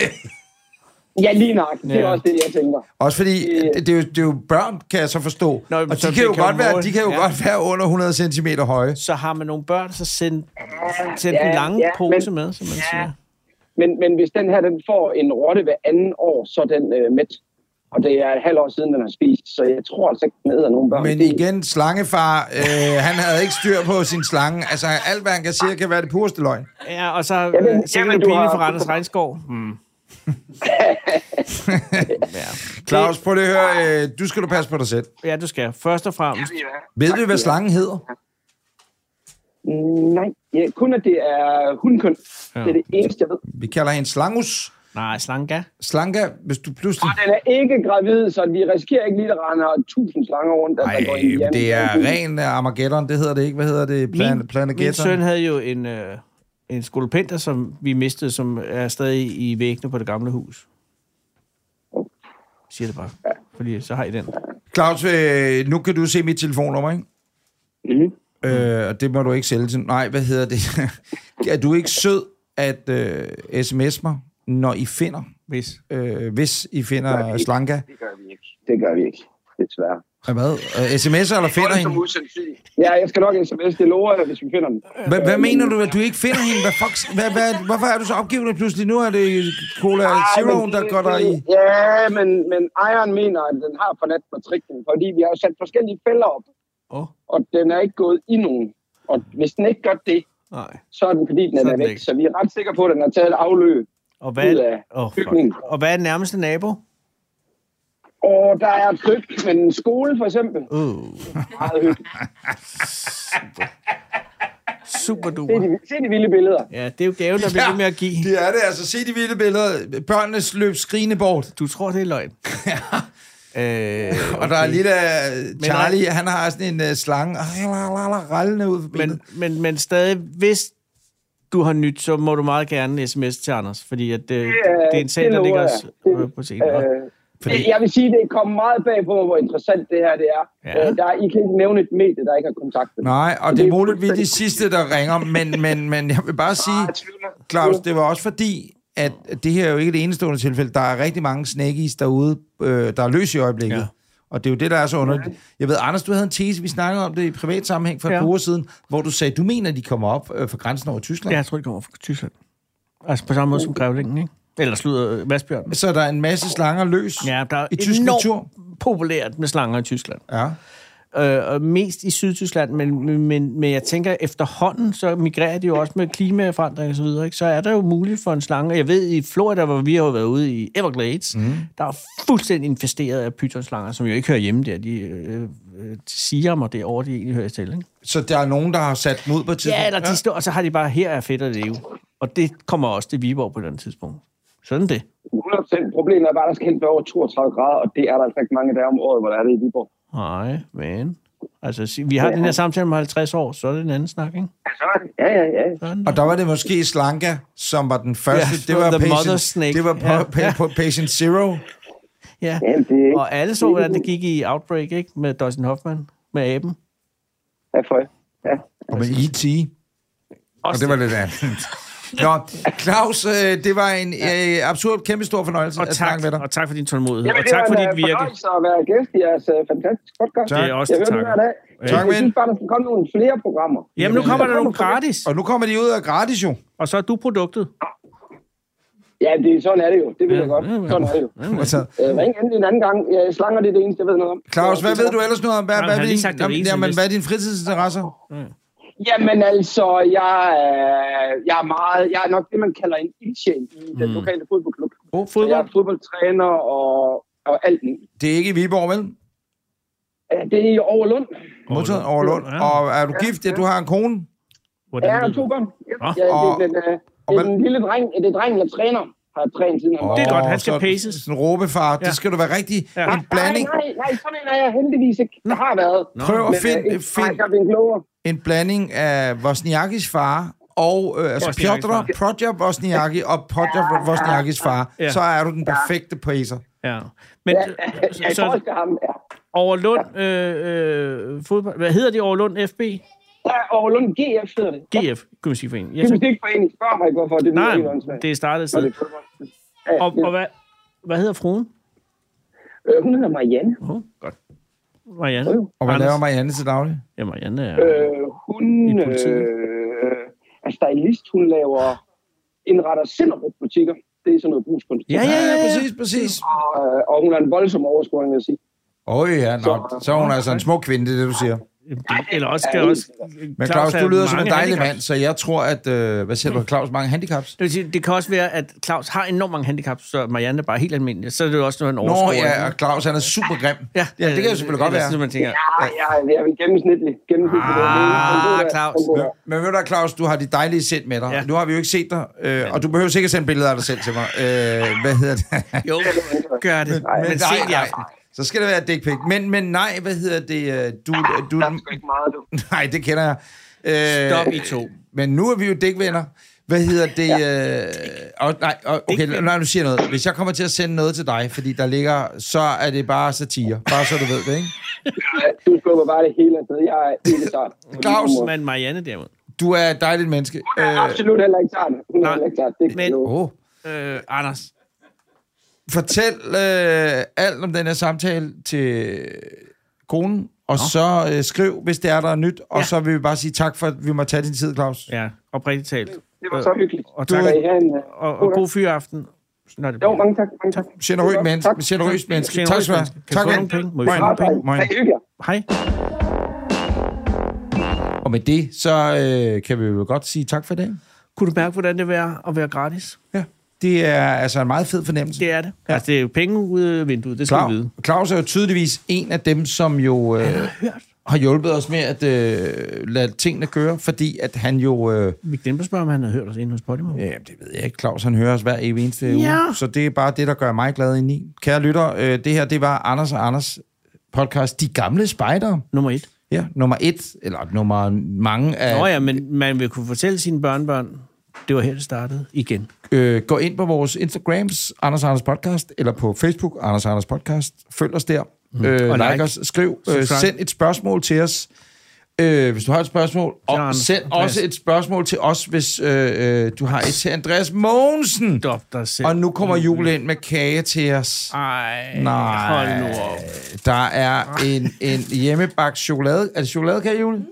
G: Ja, lige nok. Det er
B: Ja.
G: også det, jeg tænker.
D: Også fordi,
G: Øh.
D: det, det, er jo, det er jo børn, kan jeg så forstå.
B: Nå,
D: Nå, og de
B: så
D: kan,
B: det
D: jo
B: kan
D: godt
B: jo
D: være,
B: måle-
D: de kan jo
B: ja.
D: godt være under 100 cm høje.
B: Så har man nogle børn, så send, send
G: ja,
B: den lange
G: ja,
B: pose
G: men-
B: med, som man siger.
G: Men, men hvis den her den får en rotte hver anden år, så er den øh, mæt. Og det er et halvt år siden, den har spist, så jeg tror altså ikke, den æder nogen børn.
D: Men
G: Det-
D: igen, slangefar, øh, han havde ikke styr på sin slange. Altså, alt hvad han kan sige, kan være det pureste løgn.
B: Ja, og så øh,
G: Jamen,
B: sikkert
G: jamen,
B: en
G: du
B: pige
G: har-
B: fra Randers Regnskov. Mm.
D: Claus, prøv lige at høre, øh, du skal du passe på dig selv.
B: Ja, du skal. Først og fremmest.
D: Ved du, hvad slangen hedder?
G: Mm, Nej, ja, kun at det er hundkøn. Ja. Det er det eneste, jeg ved.
D: Vi kalder hende slangus.
B: Nej, slanka.
D: Slanka, hvis du pludselig...
G: Og den er ikke gravid, så vi risikerer ikke lige, at der render tusind slanger rundt. altså,
D: Nej,
G: der går ind i hjem.
D: det er ren Armageddon, det hedder det ikke. Hvad hedder det? Plan,
B: Min, min søn
D: Planageddon?
B: havde jo en, øh, en skolopenter, som vi mistede, som er stadig i væggene på det gamle hus. Siger det bare. Fordi så har I den.
D: Claus, øh, nu kan du se mit telefonnummer, ikke?
G: Mhm.
D: Øh, og det må du ikke sælge til. Nej, hvad hedder det? er du ikke sød at øh, sms mig, når I finder,
B: Hvis.
D: øh, hvis I finder Slanka?
G: Det gør vi ikke, desværre.
D: Hvad? Øh, sms'er eller finder hende?
G: Ja, jeg skal nok sms, det lover jeg, hvis vi finder den.
D: Hvad, hvad mener du, at du ikke finder hende? Hvad fuck, hvad, hvad, hvorfor er du så opgivende pludselig? Nu er det Cola
G: Ej, men
D: Zero, der
G: det-
D: går dig i.
G: det- Ja, men, men ejeren mener, at den har forladt matriklen, fordi vi har jo sat forskellige fælder op,
B: Åh, oh,
G: og den er ikke gået i nogen. Og hvis den ikke gør det,
B: nej.
G: så er den fordi, den
B: Så er
G: er
B: den
G: væk.
B: væk.
G: Så vi er ret sikre på, at den har taget et afløb.
B: Og hvad,
G: Ud af
B: oh,
G: bygningen.
B: og hvad er den nærmeste nabo?
G: Og der er tryk, men en skole for eksempel,
B: Uh,
G: meget hyggeligt.
B: super
G: Se
B: duper.
G: de, se de vilde billeder.
B: Ja, det er jo gaven, der bliver ved med at give.
D: Det er det, altså. Se de vilde billeder. Børnene løb skrigende bort.
B: Du tror, det er løgn. øh,
D: Og der er lille øh, Charlie,
B: nej.
D: han har sådan en uh, slange, ah, la, la, la, rallende ud. Men,
B: men, men, men stadig, hvis du har nyt, så må du meget gerne sms til Anders, fordi at, øh, det, det er en sag,
G: det
B: der ligger
G: lover
B: os
G: jeg.
B: øh, på scenen.
G: Øh,
B: Fordi-
G: Jeg vil sige, det er kommet meget bag på, hvor interessant det her det er.
B: Ja.
G: Ja. Øh, der, er- I kan ikke nævne et medie, der ikke har kontaktet.
D: nej, og det er muligt, vi er de sidste, der ringer, men, men, men jeg vil bare sige,
B: Ah,
D: Claus, det var også fordi, at det her er jo ikke det enestående tilfælde. Der er rigtig mange snækkis derude, øh, der er løs i øjeblikket.
B: Ja.
D: Ja. Og det er jo det, der er så underligt. Jeg ved, Anders, du havde en tese, vi snakkede om det i privat sammenhæng for et
B: Ja.
D: ja. par uger siden, hvor du sagde, du mener, de kommer op øh, fra grænsen over Tyskland.
B: Ja, jeg tror, det kommer fra Tyskland. Altså på samme måde som grævlingen, ikke? Eller slutter øh, Vasbjørn.
D: Så der er en masse slanger løs
B: Ja, der er
D: i tysk
B: enormt
D: natur.
B: populært med slanger i Tyskland.
D: Ja.
B: øh, og mest i Sydtyskland, men, men- men, men jeg tænker, efterhånden, så migrerer de jo også med klimaforandring og så videre, ikke? så er der jo muligt for en slange. Jeg ved, i Florida, hvor vi har jo været ude i Everglades, mm. der er fuldstændig infesteret af pythonslanger, som jo ikke hører hjemme der. De øh, øh, siger mig det over, de egentlig hører til. Ikke?
D: Så der er nogen, der har sat dem ud på et tidspunkt.
B: Ja, eller de står, og så har de bare, her er fedt at leve. Og det kommer også til Viborg på et eller andet tidspunkt. Sådan det.
G: 100% problemet er bare, at der skal hen til over 32 grader, og det er der altså ikke mange dage om året, hvor der er det i Viborg.
B: Nej, men... Altså, sig- vi har den her samtale om 50 år, så er det en anden snak, ikke?
G: Ja, ja, ja.
B: Sådan.
D: Og der var det måske Slanka, som var den første.
B: Ja,
D: Ja, det var
B: the mother
D: patient,
B: snake.
D: Det var på,
B: Ja.
D: pa, på patient zero.
B: Ja.
G: Jamen, det er ikke...
B: Og alle så, hvordan det gik i Outbreak, ikke? Med Dustin Hoffman, med aben.
G: Ja, for ja.
D: Og med E.T. Og det var lidt andet. Nå, Claus, øh, det var en øh, absurd kæmpestor fornøjelse
B: Og
D: at
B: tak,
D: snakke med dig.
B: og tak for din tålmodighed,
G: Jamen,
B: og tak for
G: det var en,
B: dit
G: øh,
B: virke.
G: fornøjelse at være gæst i jeres øh, fantastiske podcast.
D: Tak.
B: Det er også
G: Jeg hører
B: tak.
G: det hver dag.
D: Tak,
G: Jeg
D: ven.
G: synes bare, der skal komme nogle flere programmer.
B: Jamen, nu kommer der nogle gratis,
D: Og nu kommer de ud af gratis jo.
B: og så er du produktet.
G: Ja, det, er- sådan er det jo. Det ved jeg godt.
B: ja, ja.
G: Sådan er det jo.
D: Altså,
G: Øh, ring endelig en anden gang. Jeg slanger det, er det eneste, jeg ved noget om.
D: Claus, hvad ved du ellers noget om? Hvad,
B: Jamen,
D: hvad,
B: han har
D: er
B: lige
D: din,
B: sagt, det var det
D: jamen,
B: eneste, han
D: jamen, hvad er dine fritidsinteresser?
G: Jamen altså, jeg, øh, jeg er meget... Jeg er nok det, man kalder en ildsjæl i
D: Mm.
G: den lokale fodboldklub.
B: God
G: Så Jeg
B: fodbold.
G: er fodboldtræner og, og alt muligt.
D: Det er ikke i Viborg, vel?
G: Øh, Det er i Overlund.
D: Modtaget over Lund.
B: Ja.
D: Og er du gift? Ja, du har en kone?
G: Ja,
B: Hvordan
G: jeg
B: lyder
G: har to
B: det?
G: børn. Ja,
B: Nå.
G: ja, det,
D: Ah. Og-
G: er den, øh,
D: og
G: det er
D: hvad-
G: den lille dreng, det er drengen, jeg træner. Har jeg trænet siden han var
B: Det er
D: Åh,
B: godt, han skal
D: så-
B: paces.
D: Sådan en råbefar,
B: Ja.
D: det skal du være rigtig.
B: Ja.
D: En blanding,
G: Ah, Nej, nej, nej, sådan en er jeg heldigvis ikke. Det har været.
D: Prøv at
G: Men, øh,
D: finde-
G: ikke-
D: find-
G: Nej, jeg er blevet klogere.
D: en blanding af Vosniakis far og øh, altså
B: Wozniakis
D: Piotr
B: far.
D: Projab Vosniaki og Projab Vosniakis far,
B: Ja.
D: så er du den perfekte pæser.
B: Ja. Men
G: Ja,
B: ja,
G: jeg
B: så,
G: tror,
B: så
G: det er ham. Ja.
B: Overlund øh, øh, fodbold... Hvad hedder det? Overlund FB?
G: Der er Overlund GF, hedder det.
B: GF, gymnastikforeningen. Ja, så,
G: Gymnastikforening. Spørg mig ikke, hvorfor. Det lyder
B: nej,
G: helt åndssvagt.
B: det er startet et
G: Nå, det
B: sted.
G: er fodbold. Ja,
B: Og,
G: ja.
B: og hvad, hvad hedder fruen?
G: Øh, Hun hedder Marianne.
B: Oh, godt. Marianne.
G: Jo, jo.
D: Og hvad
B: Anders.
D: laver Marianne til daglig?
B: Ja, Marianne er...
G: Øh, hun
B: I politiet?
G: øh, er stylist. Hun laver indretter Sinderup butikker. Det er sådan noget brugskunst.
B: Ja, ja, ja, præcis.
D: præcis, præcis.
G: Og, øh, og hun har en voldsom overskåring, vil jeg sige.
D: Åh oh, ja, nå,
G: Så-
D: så er hun altså en smuk kvinde, det er det du siger.
B: Eller også skal
G: Ja,
B: også...
D: Men Claus, du lyder som en dejlig mand, så jeg tror, at... Øh, hvad siger du, Claus? Mange handicaps?
B: Det, vil sige, det kan også være, at Claus har enormt mange handicaps, så Marianne er bare helt almindelig. Så er det jo også noget, en
D: Nå
B: overskåring.
D: ja, og Claus, han er super grim. Ja, ja det kan jo selvfølgelig godt
B: eller
D: være.
B: Sådan, man tænker,
G: Ja, ja, jeg er gennemsnitlig. gennemsnitlig
B: Ah,
G: Det er en- en god-
B: Claus.
G: en god-
D: Men- Men ved du hvad, Claus, du har dit dejlige sind med dig.
B: Ja.
D: Ja. Nu har vi jo ikke set dig, øh, og du behøver sikkert sende billeder af dig selv til mig. Øh, hvad hedder det?
B: jo, gør det. Men, men, men
D: nej,
B: sent i
D: nej.
B: aften.
D: Så skal det være et dick pic. Men, men nej, hvad hedder det? øh, Du, du,
G: Der er sgu ikke meget, du.
D: nej, det kender jeg. Øh,
B: Stop i to.
D: Men nu er vi jo dækvenner. Hvad hedder det? Ja. Øh, og, nej, og, okay, nej, nu siger jeg noget. Hvis jeg kommer til at sende noget til dig, fordi der ligger, så er det bare satire. Bare så du ved det, ikke?
G: Ja, Du skubber bare det hele afsted. Jeg er ikke sart.
D: Claus,
B: Men Marianne derimod.
D: Du er et dejligt menneske.
G: Øh, absolut heller ikke sart. Hun er
B: nej,
G: heller ikke sart. Det kan
B: men-
G: jeg love.
D: Åh. Oh.
B: Øh, Anders.
D: Fortæl øh, alt om den her samtale til konen, og Nå. så øh, skriv, hvis det er, der er nyt, og
B: Ja.
D: ja. så vil vi bare sige tak for, at vi må tage din tid, Claus.
B: Ja, oprigtigt talt.
G: Det var så hyggeligt.
B: Øh, Og
D: Du-
B: tak.
G: Skal I have en, øh,
B: Og, og god fyraften. Når det
G: Jo, mange tak. Mange tak.
D: Generøst menneske.
G: Tak.
D: Generøst menneske.
B: Generøst
D: Tak skal du have.
B: menneske. Kan
D: Tak
B: vi få
D: Jan.
B: nogle penge? Må vi
D: Moin.
B: få nogle
G: penge?
D: Moin.
G: Hey, hygge jer.
B: Hej.
D: Og med det, så øh, kan vi jo godt sige tak for i dag.
B: Kunne du mærke, hvordan det er at være gratis?
D: Ja. Det er altså en meget fed fornemmelse.
B: Det er det. Ja. Altså, det er jo penge ud af vinduet, det skal du vide.
D: Claus, Claus er jo tydeligvis en af dem, som jo øh, har hjulpet os med at øh, lade tingene køre, fordi at han jo... Øh,
B: Vi glemte at spørge, om han havde hørt os inde hos Podimo. Ja.
D: Jamen, det ved jeg ikke. Claus, han hører os hver evig eneste ja.
B: Ja.
D: uge. Så det er bare det, der gør mig glad indeni. Kære lytter, øh, det her, det var Anders og Anders podcast De Gamle Spejdere.
B: Nummer et.
D: Ja, nummer et, eller nummer mange af...
B: Nå ja, men man vil kunne fortælle sine børnebørn, det var her, det startede igen.
D: Øh, gå ind på vores Instagrams, Anders og Anders podcast, eller på Facebook, Anders og Anders podcast. Følg os der. Mm. Øh,
B: Og
D: like,
B: like.
D: like os, skriv, øh,
B: Subscribe.
D: send et spørgsmål til os, øh, hvis du har et spørgsmål. Og
B: Anders
D: send
B: Andreas.
D: også et spørgsmål til os, hvis øh, øh, du har et til Andreas Mogensen.
B: Stop dig selv.
D: Og nu kommer julen ind med kage til os.
B: Mm. Ej,
D: Nej.
B: hold nu op.
D: Der er en, en hjemmebagt chokolade. Er det chokoladekage, Julie?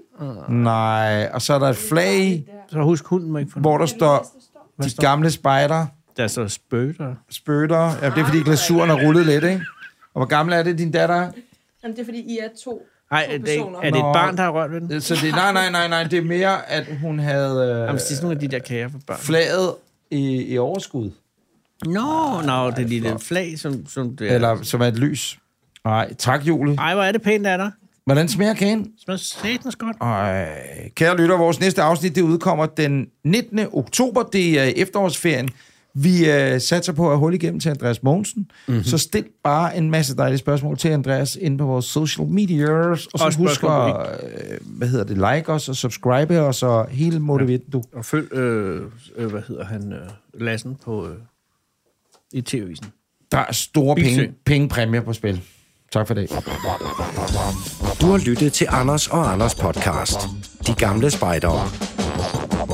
B: Mm.
D: Nej. Og så er der et flag i,
B: Så husk, hunden må ikke få noget.
D: hvor der står de gamle spejder,
B: Der er så spøgter.
D: spøtter. Ja, det er fordi glasuren er rullet lidt, ikke? Og hvor gammel er det, din datter? er?
H: Jamen, det er fordi, I er to,
B: Ej,
H: to
B: er det, ikke-
H: personer.
B: er det et
D: Nå.
B: barn, der har rørt ved den?
D: Så det, nej, nej, nej, nej. Det er mere, at hun havde
B: Jamen,
D: øh,
B: hvis det er sådan nogle af de der kager for børn.
D: flaget i, i overskud.
B: Nå, nå, det er lille flag, som, som det er.
D: Eller som er et lys. Nej, tak, Julie.
B: Ej, hvor er det pænt af dig.
D: Hvordan smager kagen?
B: Det smager satans godt.
D: Ej. øh, Kære lytter, vores næste afsnit, det udkommer den 19. oktober. Det er efterårsferien. Vi øh, satser på at holde igennem til Andreas Mogensen. Mm-hmm. Så stil bare en masse dejlige spørgsmål til Andreas inde på vores social medias. Og så
B: Og
D: husk
B: spørgsmål,
D: at, øh, hvad hedder det, like os og subscribe os og hele motivitten, du.
B: Og følg, øh, øh, hvad hedder han, øh, Lassen på øh, i TV-visen.
D: Der er store
B: Bilsø.
D: penge, pengepræmier på spil. Tak for i dag.
A: Du har lyttet til Anders og Anders podcast. De gamle spejdere.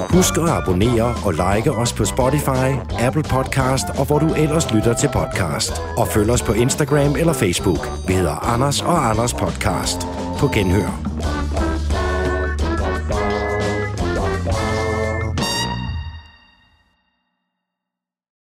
A: Husk at abonnere og like os på Spotify, Apple Podcast og hvor du ellers lytter til podcast. Og følg os på Instagram eller Facebook. Vi hedder Anders og Anders podcast. På genhør.